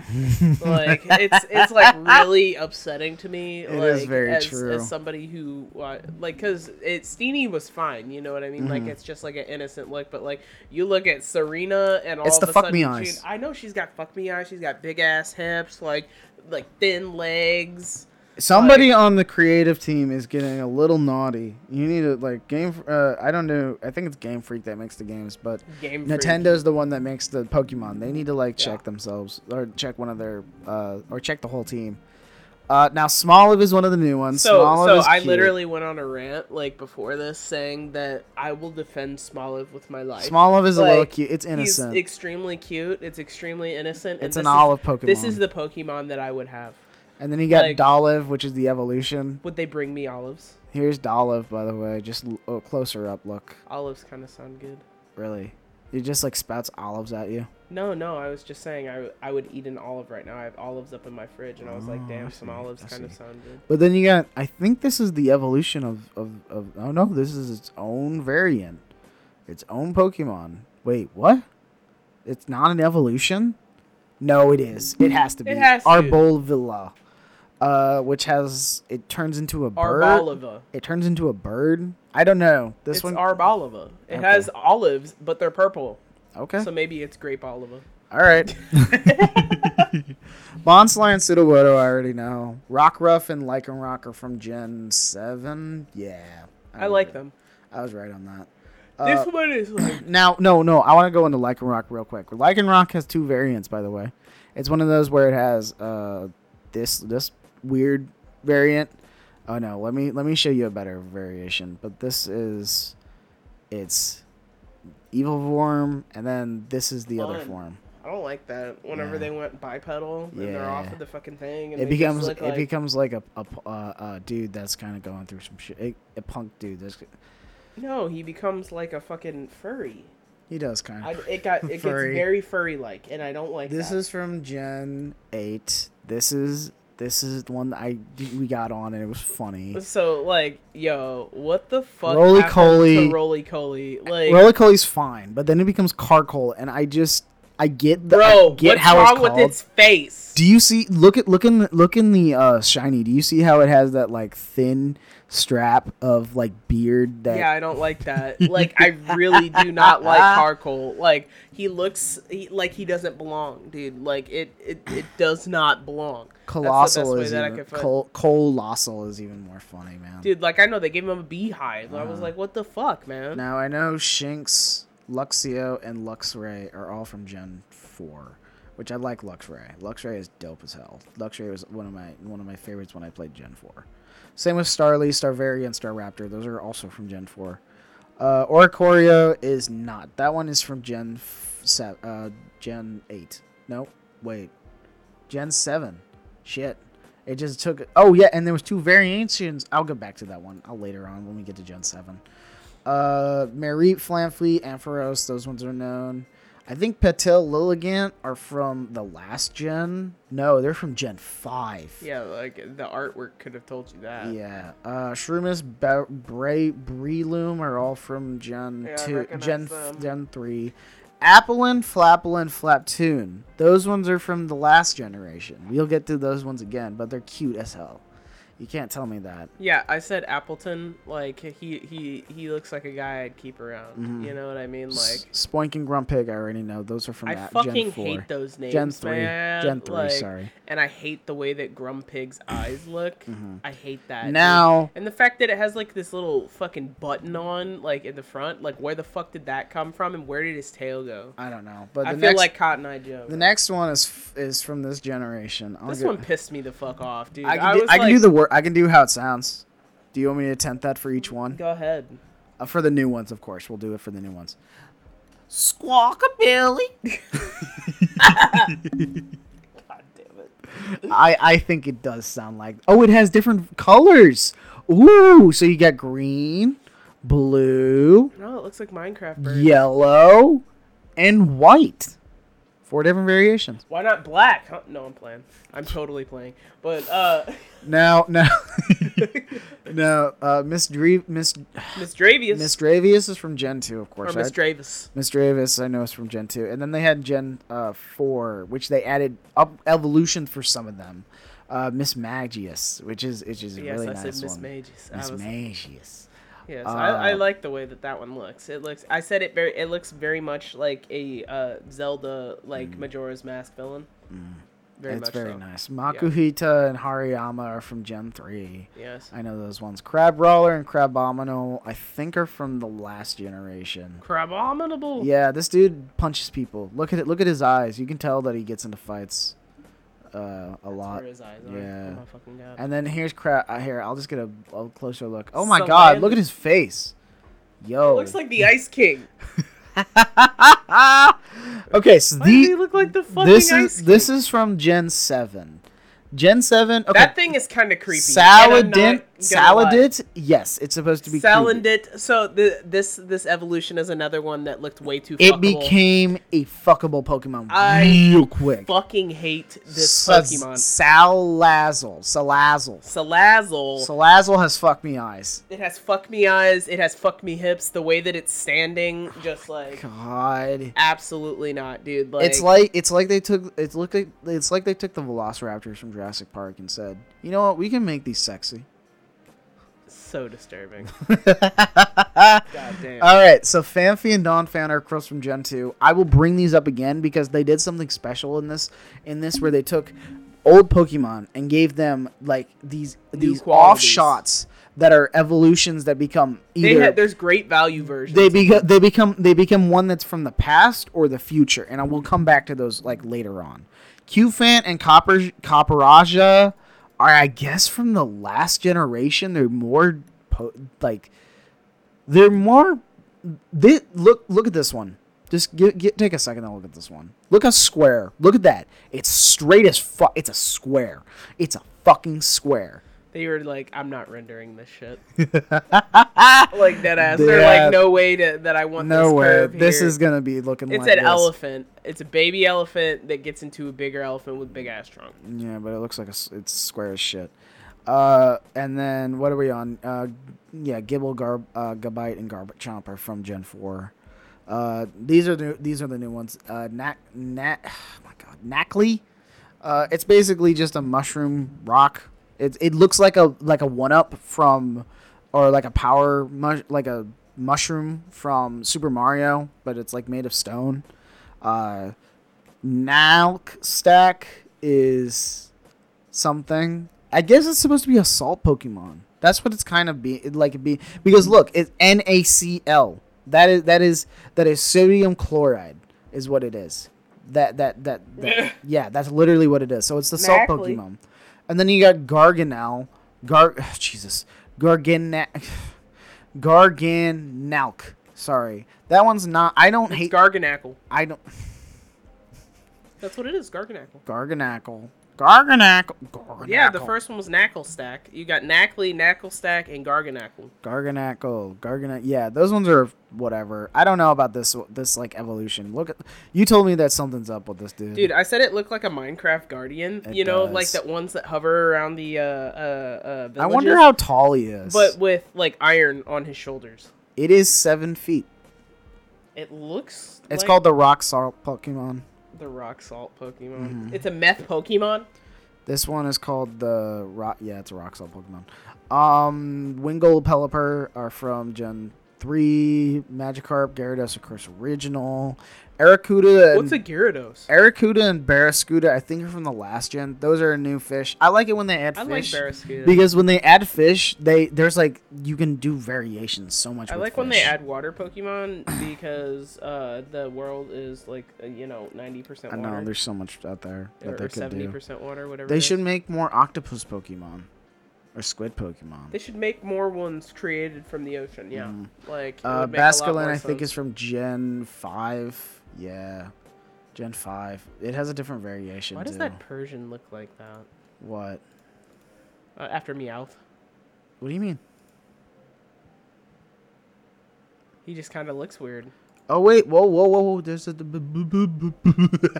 S2: like it's it's like really upsetting to me.
S3: It
S2: like,
S3: is very
S2: as,
S3: true.
S2: As somebody who uh, like, cause it Steenie was fine, you know what I mean?
S3: Mm-hmm.
S2: Like it's just like an innocent look, but like you look at Serena and all
S3: It's
S2: of
S3: the
S2: a
S3: fuck
S2: sudden,
S3: me
S2: she-
S3: eyes.
S2: I know she's got fuck me eyes. She's got big ass hips, like like thin legs.
S3: Somebody on the creative team is getting a little naughty. You need to like game. Uh, I don't know. I think it's Game Freak that makes the games, but
S2: Game Freak.
S3: Nintendo's the one that makes the Pokemon. They need to like check themselves or check one of their uh, or check the whole team. Uh, now Smoliv is one of the new ones.
S2: So,
S3: Smoliv
S2: so
S3: is
S2: I
S3: cute.
S2: literally went on a rant like before this, saying that I will defend Smoliv with my life.
S3: Smoliv is a little
S2: Like,
S3: cute. It's innocent.
S2: He's extremely cute. It's extremely innocent. and
S3: It's an
S2: this is-
S3: olive
S2: This
S3: Pokemon.
S2: is the Pokemon that I would have.
S3: and then you got
S2: like-
S3: Dolive, which is the evolution.
S2: Would they bring me olives?
S3: Here's Dolive, by the way. Just l- a closer up look.
S2: Olives kind of sound good.
S3: Really, it just like spouts olives at you.
S2: No, no. I was just saying I, w- I would eat an olive right now. I have olives up in my fridge, and I was
S3: Oh,
S2: like, damn, some olives kind of sound good.
S3: But then you got, I think this is the evolution of, of, of oh no, this is its own variant, its own Pokemon. Wait, what? It's not an evolution? No, it is. It has to be.
S2: has to.
S3: Arbolvilla, uh, which has, it turns into a bird.
S2: Arboliva.
S3: It turns into a bird? I don't know. This
S2: It's
S3: one.
S2: Arboliva. It has olives, but they're purple.
S3: okay.
S2: So maybe it's grape oliva. [laughs]
S3: All right. Bonsly and Pseudowodo, I already know. Rockruff and Lycanroc are from Gen 7. Yeah.
S2: I
S3: was
S2: like
S3: right.
S2: them.
S3: I was right on that.
S2: this one is like
S3: Now, no, no, I want to go into Lycanroc real quick. Lycanroc has two variants, by the way. It's one of those where it has uh, this this weird variant. Oh no, let me let me show you a better variation. But this is it's evil form, and then this is the other
S2: Fun.
S3: form.
S2: I don't like that. Whenever they went bipedal and they're off
S3: Yeah.
S2: of the fucking thing, and
S3: It
S2: they just
S3: becomes
S2: look
S3: it
S2: like,
S3: becomes like a a, uh, uh dude that's kind of going through some shit. A, a punk dude. That's,
S2: no, he becomes like a fucking furry.
S3: he does kind
S2: I,
S3: of.
S2: it got it
S3: Furry.
S2: gets very furry like, and I don't like
S3: This
S2: that.
S3: is from Gen Eight. This is this is the one that I we got on and it was funny.
S2: so like, yo, what the fuck?
S3: Roly
S2: happened
S3: Coly-
S2: to Roly Coly, like,
S3: Roller Coley's fine, but then it becomes Carcoal, and I just I get the I
S2: bro,
S3: get
S2: what's
S3: how
S2: wrong
S3: it's
S2: with
S3: called.
S2: its face?
S3: Do you see? Look at look in the- look in the uh, shiny. Do you see how it has that like thin strap of like beard that
S2: yeah, I don't like
S3: [laughs]
S2: that. Like, I really do not like Carcole. Like, he looks he, like he doesn't belong, dude. Like, it it, it does not belong. That's the best
S3: colossal
S2: way
S3: is
S2: that I
S3: even,
S2: could put-
S3: col- colossal is even more funny, man.
S2: dude like i know they gave him a beehive i
S3: Uh-huh.
S2: was like what the fuck man
S3: Now I know Shinx, Luxio, and Luxray are all from Gen Four, which I like. Luxray, Luxray is dope as hell. Luxray was one of my one of my favorites when I played Gen Four. Same with Starly, Starveria, and Staraptor. Those are also from Gen Four. Uh, Oricorio is not. That one is from Gen f- se- uh, Gen Eight. No, wait, Gen Seven. Shit. It just took. Oh yeah, and there was two variations. I'll get back to that one. I'll later on when we get to Gen Seven. Uh, Merite, Flamfleet, Ampharos, those ones are known. I think Petil, Lilligant are from the last gen. No, they're from Gen 5.
S2: yeah like the artwork could have told you that
S3: Yeah. Uh, Shroomus, Ba- Bray, Breloom are all from Gen
S2: Yeah, I
S3: 2,
S2: recognize
S3: Gen,
S2: them.
S3: Gen 3. Applin, Flaplin, Flaptoon. Those ones are from the last generation. We'll get to those ones again, but they're cute as hell. You can't tell me that.
S2: yeah i said appleton like he he he looks like a guy i'd keep around
S3: Mm-hmm.
S2: you know what i mean like
S3: Spoink and Grumpig, I already know. Those are from
S2: i
S3: that Gen
S2: fucking
S3: 4.
S2: hate those names
S3: Gen 3.
S2: man.
S3: Gen 3,
S2: Like,
S3: sorry.
S2: and i hate the way that grumpig's eyes look i hate that dude.
S3: Mm-hmm. Now-
S2: and the fact that it has like this little fucking button on like in the front like where the fuck did that come from and where did his tail go
S3: I don't know, but the
S2: i feel
S3: next
S2: like cotton eye joe
S3: the next one is f- is from this generation. I'll
S2: this
S3: get-
S2: one pissed me the fuck off dude
S3: I can,
S2: I
S3: do,
S2: was
S3: I can do
S2: like-
S3: the word. I can do how it sounds. Do you want me to attempt that for each one?
S2: Go ahead.
S3: Uh, for the new ones, of course. We'll do it for the new ones. [laughs]
S2: Squawkabilly. God damn it.
S3: I I think it does sound like. Oh, it has different colors. Ooh, so you got green, blue,
S2: No, it looks like Minecraft bird.
S3: yellow, and white. Four different variations.
S2: Why not black? Huh? No, I'm playing. I'm totally playing. But uh [laughs]
S3: Now, now, [laughs] now, uh, Miss Dreve, Miss
S2: Miss Dravius
S3: Miss Dravius is from Gen two, of
S2: or
S3: course.
S2: Miss
S3: I-
S2: Dravis.
S3: Miss Dravis, I know is from Gen 2. And then they had Gen uh, 4, which they added up evolution for some of them. Uh, Miss Magius, which is which is a
S2: Yes,
S3: really
S2: I
S3: nice
S2: said Miss
S3: one.
S2: Magus. I
S3: Miss Ah.
S2: was-
S3: Magius.
S2: Yes, I, I like the way that that one looks. It looks. I said it very. It looks very much like a uh, Zelda, like Majora's Mask villain. Very
S3: Mm. It's
S2: much
S3: very
S2: so.
S3: nice. Makuhita and Hariyama are from Gen 3.
S2: Yes.
S3: I know those ones. Crab Brawler and Crabominal, I think, are from the last generation.
S2: Crabominable.
S3: Yeah, this dude punches people. Look at it. Look at his eyes. You can tell that he gets into fights uh, a lot.
S2: Where his eyes are.
S3: Yeah.
S2: Oh my fucking god.
S3: And then here's crap. Uh, here, I'll just get a, a closer look. Oh my
S2: Some
S3: god,
S2: guy
S3: look at
S2: looks-
S3: his face. Yo.
S2: looks like the Ice King.
S3: okay, so
S2: Why does he
S3: the
S2: look like the fucking
S3: this
S2: Ice
S3: is
S2: King?
S3: this is from Gen Seven. Gen Seven. Okay.
S2: that thing is kind of creepy.
S3: Saladin. Saladit. Yes, it's supposed to be. creepy.
S2: Saladit. So the, this this evolution is another one that looked way too.
S3: It
S2: fuckable.
S3: became a fuckable Pokemon
S2: I
S3: real quick.
S2: Fucking hate this
S3: Saz-
S2: Pokemon.
S3: Salazzle. Salazzle.
S2: Salazzle.
S3: Salazzle has fucked me eyes.
S2: It has fuck me eyes. It has fuck me hips. The way that it's standing,
S3: [sighs]
S2: just like
S3: God.
S2: absolutely not, dude. Like,
S3: it's like it's like they took it's look like it's like they took the Velociraptors from Jurassic Park and said, you know what, we can make these sexy.
S2: so
S3: [laughs]
S2: disturbing.
S3: Uh,
S2: God damn.
S3: All right, so Fanfi and Donphan are across from Gen two. I will bring these up again because they did something special in this in this where they took old Pokemon and gave them like these these
S2: qualities.
S3: offshots that are evolutions that become either
S2: they had there's great value versions.
S3: they become they become they become one that's from the past or the future, and I will come back to those like later on. Qfant and Copper Copperaja are, I guess, from the last generation. They're more po- like they're more. They look look at this one. Just get, get take a second and look at this one. Look how square. Look at that. It's straight as fuck. It's a square. It's a fucking square.
S2: they were like, I'm not rendering this
S3: [laughs]
S2: shit. like that ass. They're
S3: Yeah.
S2: like, no way to, that I want.
S3: No
S2: this
S3: way.
S2: curve
S3: This
S2: here."
S3: is gonna be looking.
S2: It's
S3: like
S2: an
S3: this.
S2: elephant. It's a baby elephant that gets into a bigger elephant with big ass trunk.
S3: Yeah, but it looks like a s it's square as shit. Uh, and then what are we on? Uh, yeah, Gibble, Garb, uh, Gabite, and Garb Chomper from Gen Four. Uh, these are the these are the new ones. Uh, Nac Nac, [sighs] oh my God, Nackley. Uh, it's basically just a mushroom rock. It it looks like a like a one up from, or like a power mush like a mushroom from Super Mario, but it's like made of stone. Uh, Nalk stack is something. I guess it's supposed to be a salt Pokemon. That's what it's kind of be it like it be because look, it's NaCl. That is that is that is sodium chloride is what it is. That that that, that yeah, that's literally what it is. So it's the salt
S2: Nackley.
S3: Pokemon. And then you got Garganel, Gar [sighs] Jesus, [sighs] Gargan Garganalk. Sorry, that one's not. I don't hate.
S2: Garganackle.
S3: I don't.
S2: That's what it is. Garganackle.
S3: Garganackle. Garganackle. Garganackle.
S2: Yeah, the first one was Knackle Stack. You got Knackley, Knackle Stack, and Garganackle.
S3: Garganackle. Garganac. Yeah, those ones are whatever. I don't know about this. This like evolution. Look, at, you told me that something's up with this dude.
S2: Dude, I said it looked like a Minecraft guardian.
S3: It
S2: you know,
S3: does.
S2: like that ones that hover around the uh uh, uh villages,
S3: I wonder how tall he is.
S2: but with like iron on his shoulders.
S3: it is seven feet.
S2: It looks
S3: It's
S2: like
S3: called the rock salt Pokemon.
S2: the rock salt Pokemon.
S3: Mm-hmm.
S2: It's a meth Pokemon.
S3: This one is called the rock. Yeah, it's a rock salt Pokemon. Um, Wingull Pelipper are from Gen three. Magikarp, Gyarados, of course, original. Aracuda. and-
S2: What's a Gyarados?
S3: Aracuda and Barrascuda, I think, are from the last gen. Those are new fish. I like it when they add
S2: I like
S3: fish.
S2: Barrascuda.
S3: because when they add fish, they there's like you can do variations so much.
S2: I
S3: with
S2: like when they
S3: fish.
S2: add water Pokemon because uh the world is like uh, you know 90%
S3: I
S2: water
S3: know there's so much out there that
S2: or
S3: they could do.
S2: 70% water whatever. it
S3: They
S2: is.
S3: should make more octopus Pokemon. or squid Pokemon.
S2: They should make more ones created from the ocean. Yeah, like it
S3: Uh,
S2: would make a lot
S3: Basculin,
S2: more
S3: I think,
S2: sense.
S3: is from Gen 5. Yeah. Gen 5. It has a different variation.
S2: Why does
S3: too.
S2: that Persian look like that?
S3: What?
S2: Uh, after Meowth,
S3: What do you mean?
S2: he just kind of looks weird.
S3: Oh, wait. Whoa, whoa, whoa, whoa. There's a. d- b- b- b- b- b- [laughs]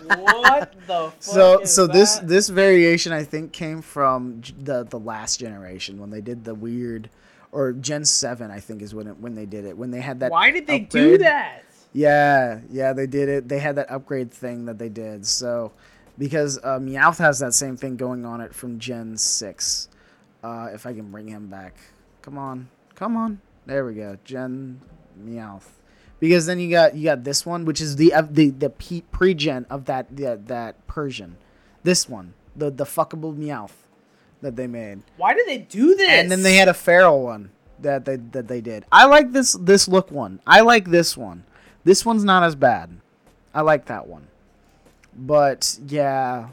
S2: what the? Fuck
S3: So,
S2: is
S3: so this
S2: that?
S3: this variation I think came from j- the the last generation when they did the weird, or Gen Seven I think is when it, when they did it when they had that.
S2: Why did they do
S3: upgrade.
S2: that?
S3: Yeah, yeah, they did it. They had that upgrade thing that they did. So, because uh, Meowth has that same thing going on it from Gen 6. Uh, if I can bring him back. Come on. Come on. There we go. Gen Meowth. Because then you got you got this one, which is the of the the pe- pre-gen of that that that Persian, this one, the the fuckable Meowth, that they made
S2: Why did they do this?
S3: and then they had a feral one that they that they did. I like this this look one. I like this one. This one's not as bad. I like that one. But yeah,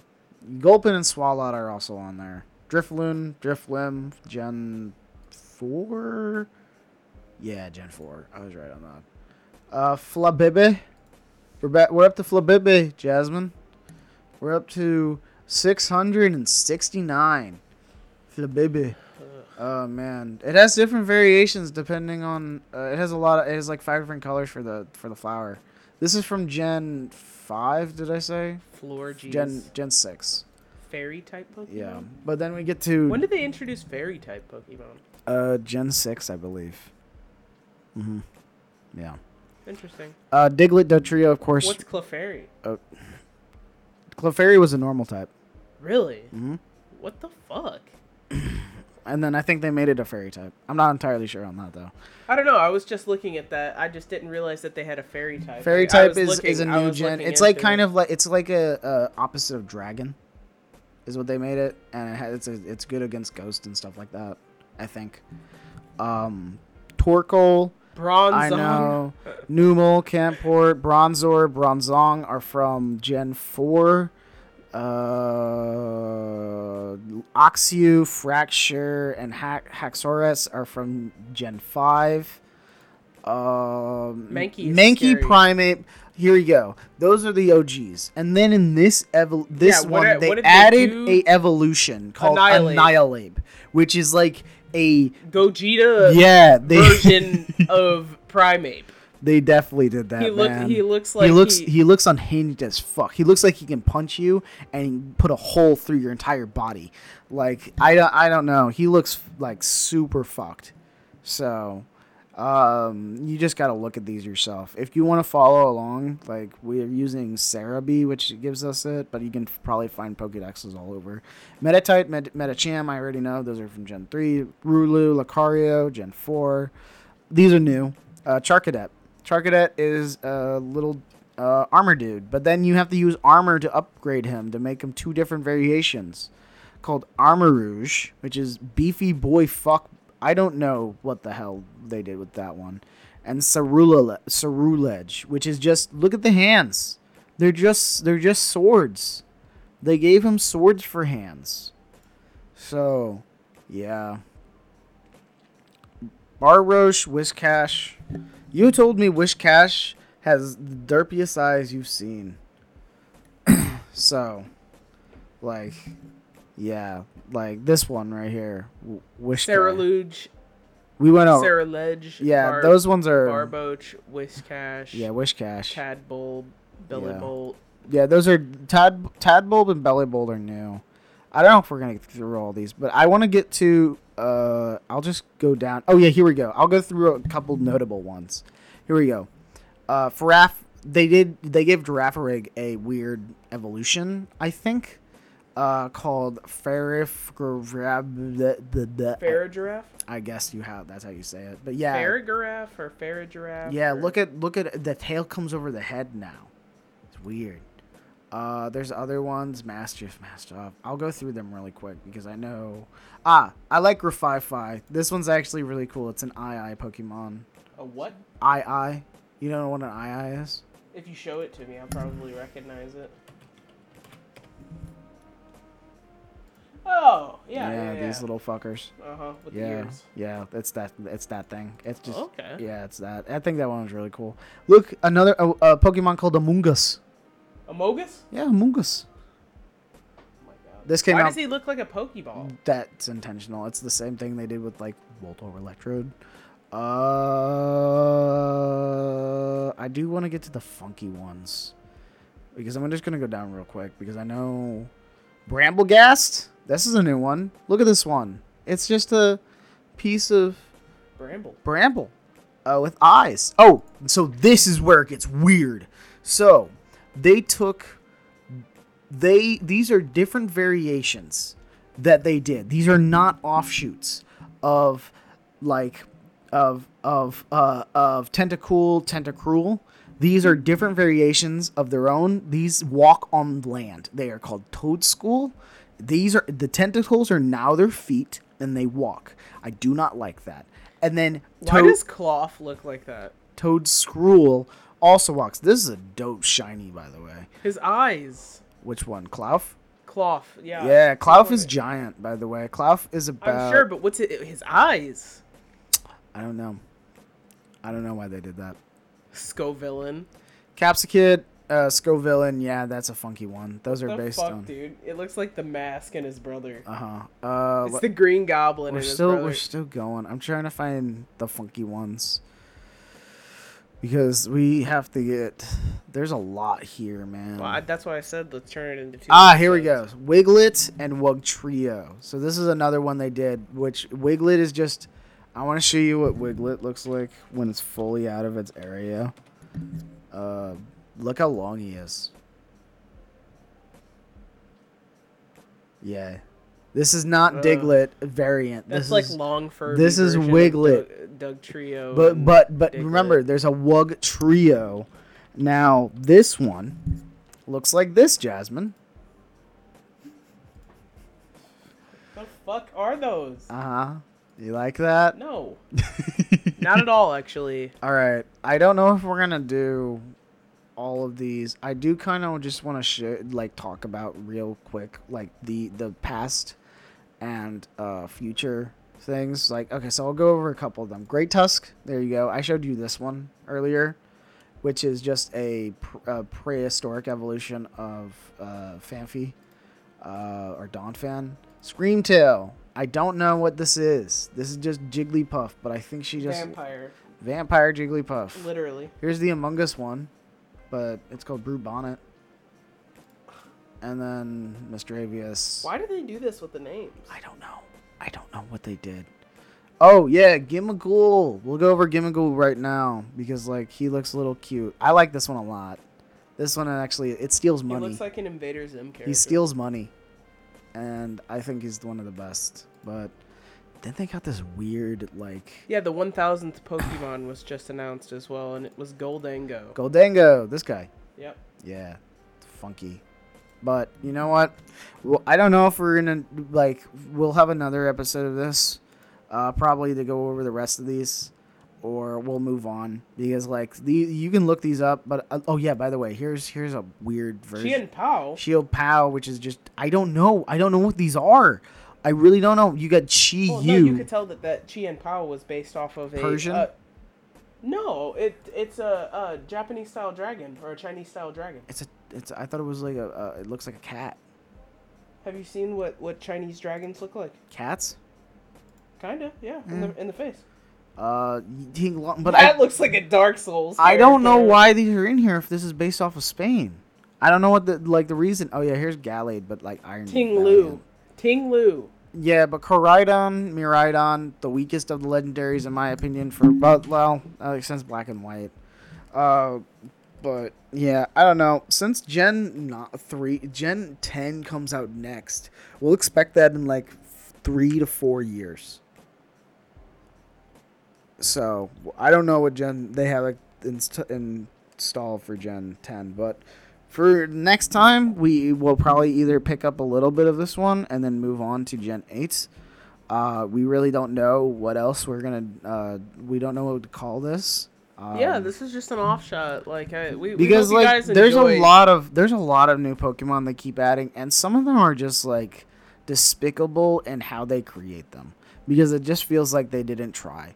S3: Gulpin and Swalot are also on there. Drifloon, Driflim, Gen four. Yeah, Gen four. I was right on that. Uh, Flabibi. We're back. We're up to Flabibi, Jasmine. We're up to six hundred and sixty-nine. Flabibi. Oh man, it has different variations depending on. Uh, it has a lot. Of, it has like five different colors for the for the flower. This is from Gen five. Did I say
S2: floor G's
S3: Gen Gen six?
S2: fairy type Pokemon.
S3: Yeah, but then we get to
S2: When did they introduce fairy type Pokemon?
S3: uh Gen six, I believe. Mhm. Yeah.
S2: Interesting.
S3: Uh, Diglett, Dotrio, of course.
S2: What's Clefairy?
S3: Clefairy was a normal type,
S2: Really? Mm-hmm. What the fuck?
S3: and then I think they made it a fairy type. I'm not entirely sure on that though.
S2: I don't know. I was just looking at that. I just didn't realize that they had a fairy type.
S3: Fairy
S2: Like, I
S3: type
S2: was
S3: is,
S2: looking-
S3: is a
S2: I
S3: new
S2: was
S3: gen.
S2: looking
S3: It's like
S2: into
S3: kind
S2: it.
S3: of like it's like a, a opposite of dragon, is what they made it, and it has, it's a, it's good against ghost and stuff like that. I think. Um, Torkoal,
S2: bronze.
S3: I know. Numel, Camport, Bronzor, Bronzong are from Gen Four. Uh, Oxyu, Fracture, and ha- Haxorus are from Gen Five. Um,
S2: Mankey is
S3: Mankey
S2: scary.
S3: Primate. Here you go. Those are the OGs. And then in this evol- this
S2: Yeah, what
S3: one,
S2: a-
S3: they
S2: what did they
S3: added
S2: do?
S3: a evolution called
S2: Annihilate.
S3: Annihilate, which is like a
S2: Gogeta
S3: yeah. They [laughs]
S2: version of Primeape.
S3: They definitely did that.
S2: He look-
S3: man.
S2: he looks like
S3: he looks
S2: he-
S3: he looks unhinged as fuck. He looks like he can punch you and put a hole through your entire body. Like I don't I don't know. He looks like super fucked. So um you just got to look at these yourself. If you want to follow along, like we're using Cerebi, which gives us it, but you can probably find Pokédexes all over. Metatite, Met- Metacham, I already know. Those are from Gen 3. Rulu, Lucario, Gen 4 these are new. Uh, Charcadet. Charcadet is a little uh, armor dude, but then you have to use armor to upgrade him to make him two different variations called Armor Rouge, which is beefy boy fuck. I don't know what the hell they did with that one. And Cerule- Cerulege, which is just look at the hands. They're just they're just swords. They gave him swords for hands. So, yeah. Barroche, Wishcash. You told me Wishcash has the derpiest eyes you've seen. [clears throat] so, like, yeah, like this one right here, W- Wishcash.
S2: Saraluge,
S3: We went
S2: oh.
S3: over. Yeah, those ones are.
S2: Barboach, Whiskash,
S3: yeah, Wishcash.
S2: Tadbulb, Billy
S3: Yeah.
S2: Bolt.
S3: Yeah, those are Tad Tadbulb and Bellybolt are new. I don't know if we're gonna get through all these, but I want to get to. Uh, I'll just go down. Oh yeah, here we go. I'll go through a couple notable ones. Here we go. Uh, Faraf. They did. They gave Girafarig a weird evolution. I think. Uh, called Ferif Grab.
S2: Farah giraffe?
S3: I guess you have. That's how you say it. But yeah.
S2: Farah giraffe or Farah giraffe?
S3: Yeah,
S2: or-
S3: look at look at the tail comes over the head now. It's weird. Uh, there's other ones, Mastiff, Mastiff. I'll go through them really quick because I know. Ah, I like Refifi. This one's actually really cool. It's an II Pokemon.
S2: a what?
S3: II. You don't know what an II is?
S2: If you show it to me, I'll probably recognize it. Oh, yeah.
S3: Yeah,
S2: Yeah, yeah,
S3: these little fuckers.
S2: Uh huh. With the
S3: Yeah,
S2: ears.
S3: yeah, it's that, it's that thing. It's just,
S2: Oh, Okay.
S3: yeah, it's that. I think that one was really cool. Look, another a, a Pokemon called Among Us.
S2: Amogus?
S3: Yeah, Among Us.
S2: Oh my god.
S3: This came
S2: Why
S3: out. Mm.
S2: does he look like a Pokeball?
S3: That's intentional. It's the same thing they did with like Voltorb Electrode. Uh, I do want to get to the funky ones because I'm just gonna go down real quick because I know Bramblegast. This is a new one. Look at this one. It's just a piece of
S2: Bramble.
S3: bramble uh, with eyes. Oh, so this is where it gets weird. So they took they these are different variations that they did. These are not offshoots of like of of uh, of tentacool tentacruel. These are different variations of their own. These walk on land. They are called toad school. These are the tentacles are now their feet and they walk. I do not like that. And then
S2: Why
S3: toad-
S2: does Cloth look like that?
S3: Toad Scrool also walks. This is a dope shiny, by the way.
S2: His eyes.
S3: Which one? Clouf?
S2: Cloth. Yeah.
S3: Yeah, Clouf
S2: Clough
S3: is giant, by the way. Clouf is
S2: I'm
S3: about.
S2: sure, but what's it? His eyes.
S3: I don't know. I don't know why they did that.
S2: Scovillain.
S3: Capsicid, uh, Scovillain, yeah, that's a funky one. Those are
S2: The
S3: based
S2: fuck,
S3: on.
S2: dude. It looks like the mask and his brother.
S3: Uh-huh. Uh
S2: it's
S3: le-
S2: the Green Goblin
S3: We're
S2: and his
S3: still
S2: brother.
S3: we're still going. I'm trying to find the funky ones because we have to get. There's a lot here, man.
S2: Well, I- that's why I said let's turn it into two.
S3: Ah, here we go.
S2: episodes.
S3: Wiglet and Wugtrio. So this is another one they did, which Wiglet is just. I want to show you what Wiglet looks like when it's fully out of its area. Uh, look how long he is. Yeah, this is not
S2: Uh,
S3: Diglett variant.
S2: That's
S3: this
S2: like
S3: is,
S2: long fur.
S3: this is
S2: Doug, Doug Trio.
S3: but
S2: and
S3: but but
S2: Diglett.
S3: remember, there's a Wug Trio. Now this one looks like this, Jasmine.
S2: the fuck are those?
S3: Uh huh. You like that? [laughs]
S2: No, not at all. Actually,
S3: All right. I don't know if we're gonna do all of these. I do kind of just want to sh- like talk about real quick, like the the past and uh, future things. Like, okay, so I'll go over a couple of them. Great Tusk. There you go. I showed you this one earlier, which is just a, pr- a prehistoric evolution of uh, Fanfi uh, or Donphan. Screamtail. I don't know what this is. This is just Jigglypuff, but I think she just
S2: vampire.
S3: Vampire Jigglypuff.
S2: Literally.
S3: Here's the Among Us one, but it's called Brew Bonnet. And then Mr. Avius.
S2: Why do they do this with the names?
S3: I don't know. I don't know what they did. Oh yeah, Gimmagool. We'll go over Gimmagool right now because like he looks a little cute. I like this one a lot. This one actually it steals
S2: He
S3: money.
S2: looks like an Invader Zim character.
S3: he steals money, and I think he's one of the best. But then they got this weird like
S2: Yeah, the 1000th Pokemon was just announced as well, and it was Goldango.
S3: Goldango. This guy.
S2: yep.
S3: Yeah, it's funky. But you know what? Well, I don't know if we're gonna like. We'll have another episode of this, uh, probably to go over the rest of these, or we'll move on because like the you can look these up. But uh, oh yeah, by the way, here's here's a weird version.
S2: Chien Pao.
S3: Shield Pow, which is just I don't know. I don't know what these are. I really don't know. You got Chi
S2: Well,
S3: Yu.
S2: Oh, No, you could tell that that Chien Pao was based off of a
S3: Persian?
S2: uh, no, it it's a, a Japanese style dragon or a Chinese style dragon.
S3: it's a. It's. I thought it was like a. Uh, it looks like a cat.
S2: Have you seen what what Chinese dragons look like?
S3: Cats.
S2: Kinda, yeah, in
S3: Mm.
S2: the in the face.
S3: Uh, y- Ting Long- but I,
S2: that looks like a Dark Souls.
S3: I don't know
S2: character.
S3: why these are in here if this is based off of Spain. I don't know what the like the reason. Oh yeah, here's Gallade, but like Iron.
S2: Ting
S3: Valiant.
S2: Lu, Ting Lu.
S3: Yeah, but Koridon, Miraidon, the weakest of the legendaries in my opinion. For but well, uh, since Black and White. Uh, but yeah, I don't know. Since Gen not three, Gen ten comes out next, we'll expect that in like three to four years. So I don't know what Gen they have like, inst- installed for Gen ten, but for next time we will probably either pick up a little bit of this one and then move on to Gen eight. Uh, we really don't know what else we're gonna. Uh, we don't know what to call this. Um,
S2: yeah, this is just an offshot. Like I, we we
S3: because
S2: hope you
S3: like
S2: guys
S3: there's a
S2: enjoyed-
S3: lot of there's a lot of new pokemon they keep adding and some of them are just like despicable in how they create them because it just feels like they didn't try,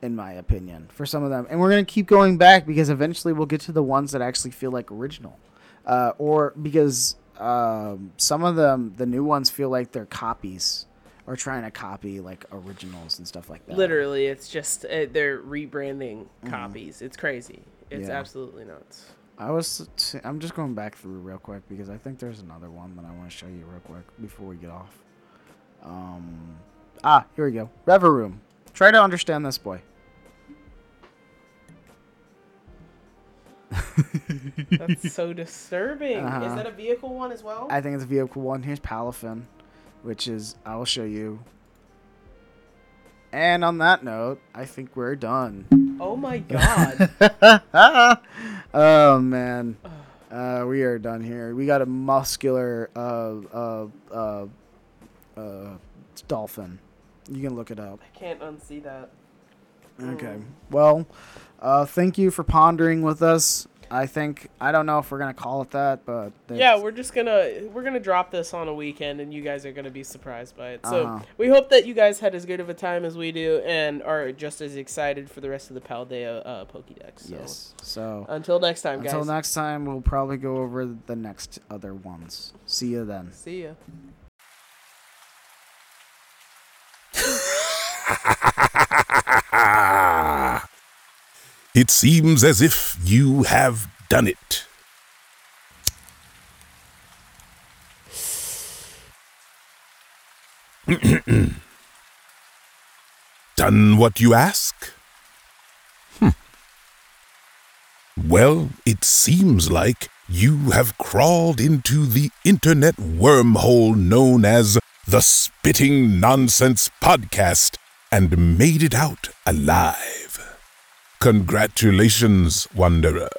S3: in my opinion, for some of them. And we're gonna keep going back because eventually we'll get to the ones that actually feel like original, uh, or because um, some of them, the new ones, feel like they're copies or trying to copy like originals and stuff like that.
S2: Literally, it's just uh, they're rebranding copies. It's crazy. It's
S3: Mm-hmm. Yeah.
S2: absolutely nuts.
S3: I was. T- I'm just going back through real quick because I think there's another one that I want to show you real quick before we get off. Um. Ah, here we go. Rever room. Try to understand this boy.
S2: [laughs] That's so disturbing. Is
S3: Uh-huh.
S2: that a vehicle one as well?
S3: I think it's vehicle one. Here's Palafin, which is I will show you. And on that note, I think we're done. [laughs]
S2: oh my god.
S3: oh man, uh, we are done here. We got a muscular uh, uh, uh, uh, dolphin. You can look it up.
S2: I can't unsee that.
S3: Okay. Mm. Well, uh, thank you for pondering with us. I think I don't know if we're gonna call it that, but
S2: Yeah,
S3: it's-
S2: we're just gonna we're gonna drop this on a weekend, and you guys are gonna be surprised by it. So
S3: Uh-huh.
S2: we hope that you guys had as good of a time as we do, and are just as excited for the rest of the Paldea uh, Pokédex. So.
S3: yes. So
S2: Until next time, guys.
S3: until next time, we'll probably go over the next other ones. See you then.
S2: See ya.
S1: [laughs] It seems as if you have done it. [clears throat] done what you ask? Hmm. Well, it seems like you have crawled into the internet wormhole known as the Spitting Nonsense Podcast and made it out alive. Congratulations, Wanderer.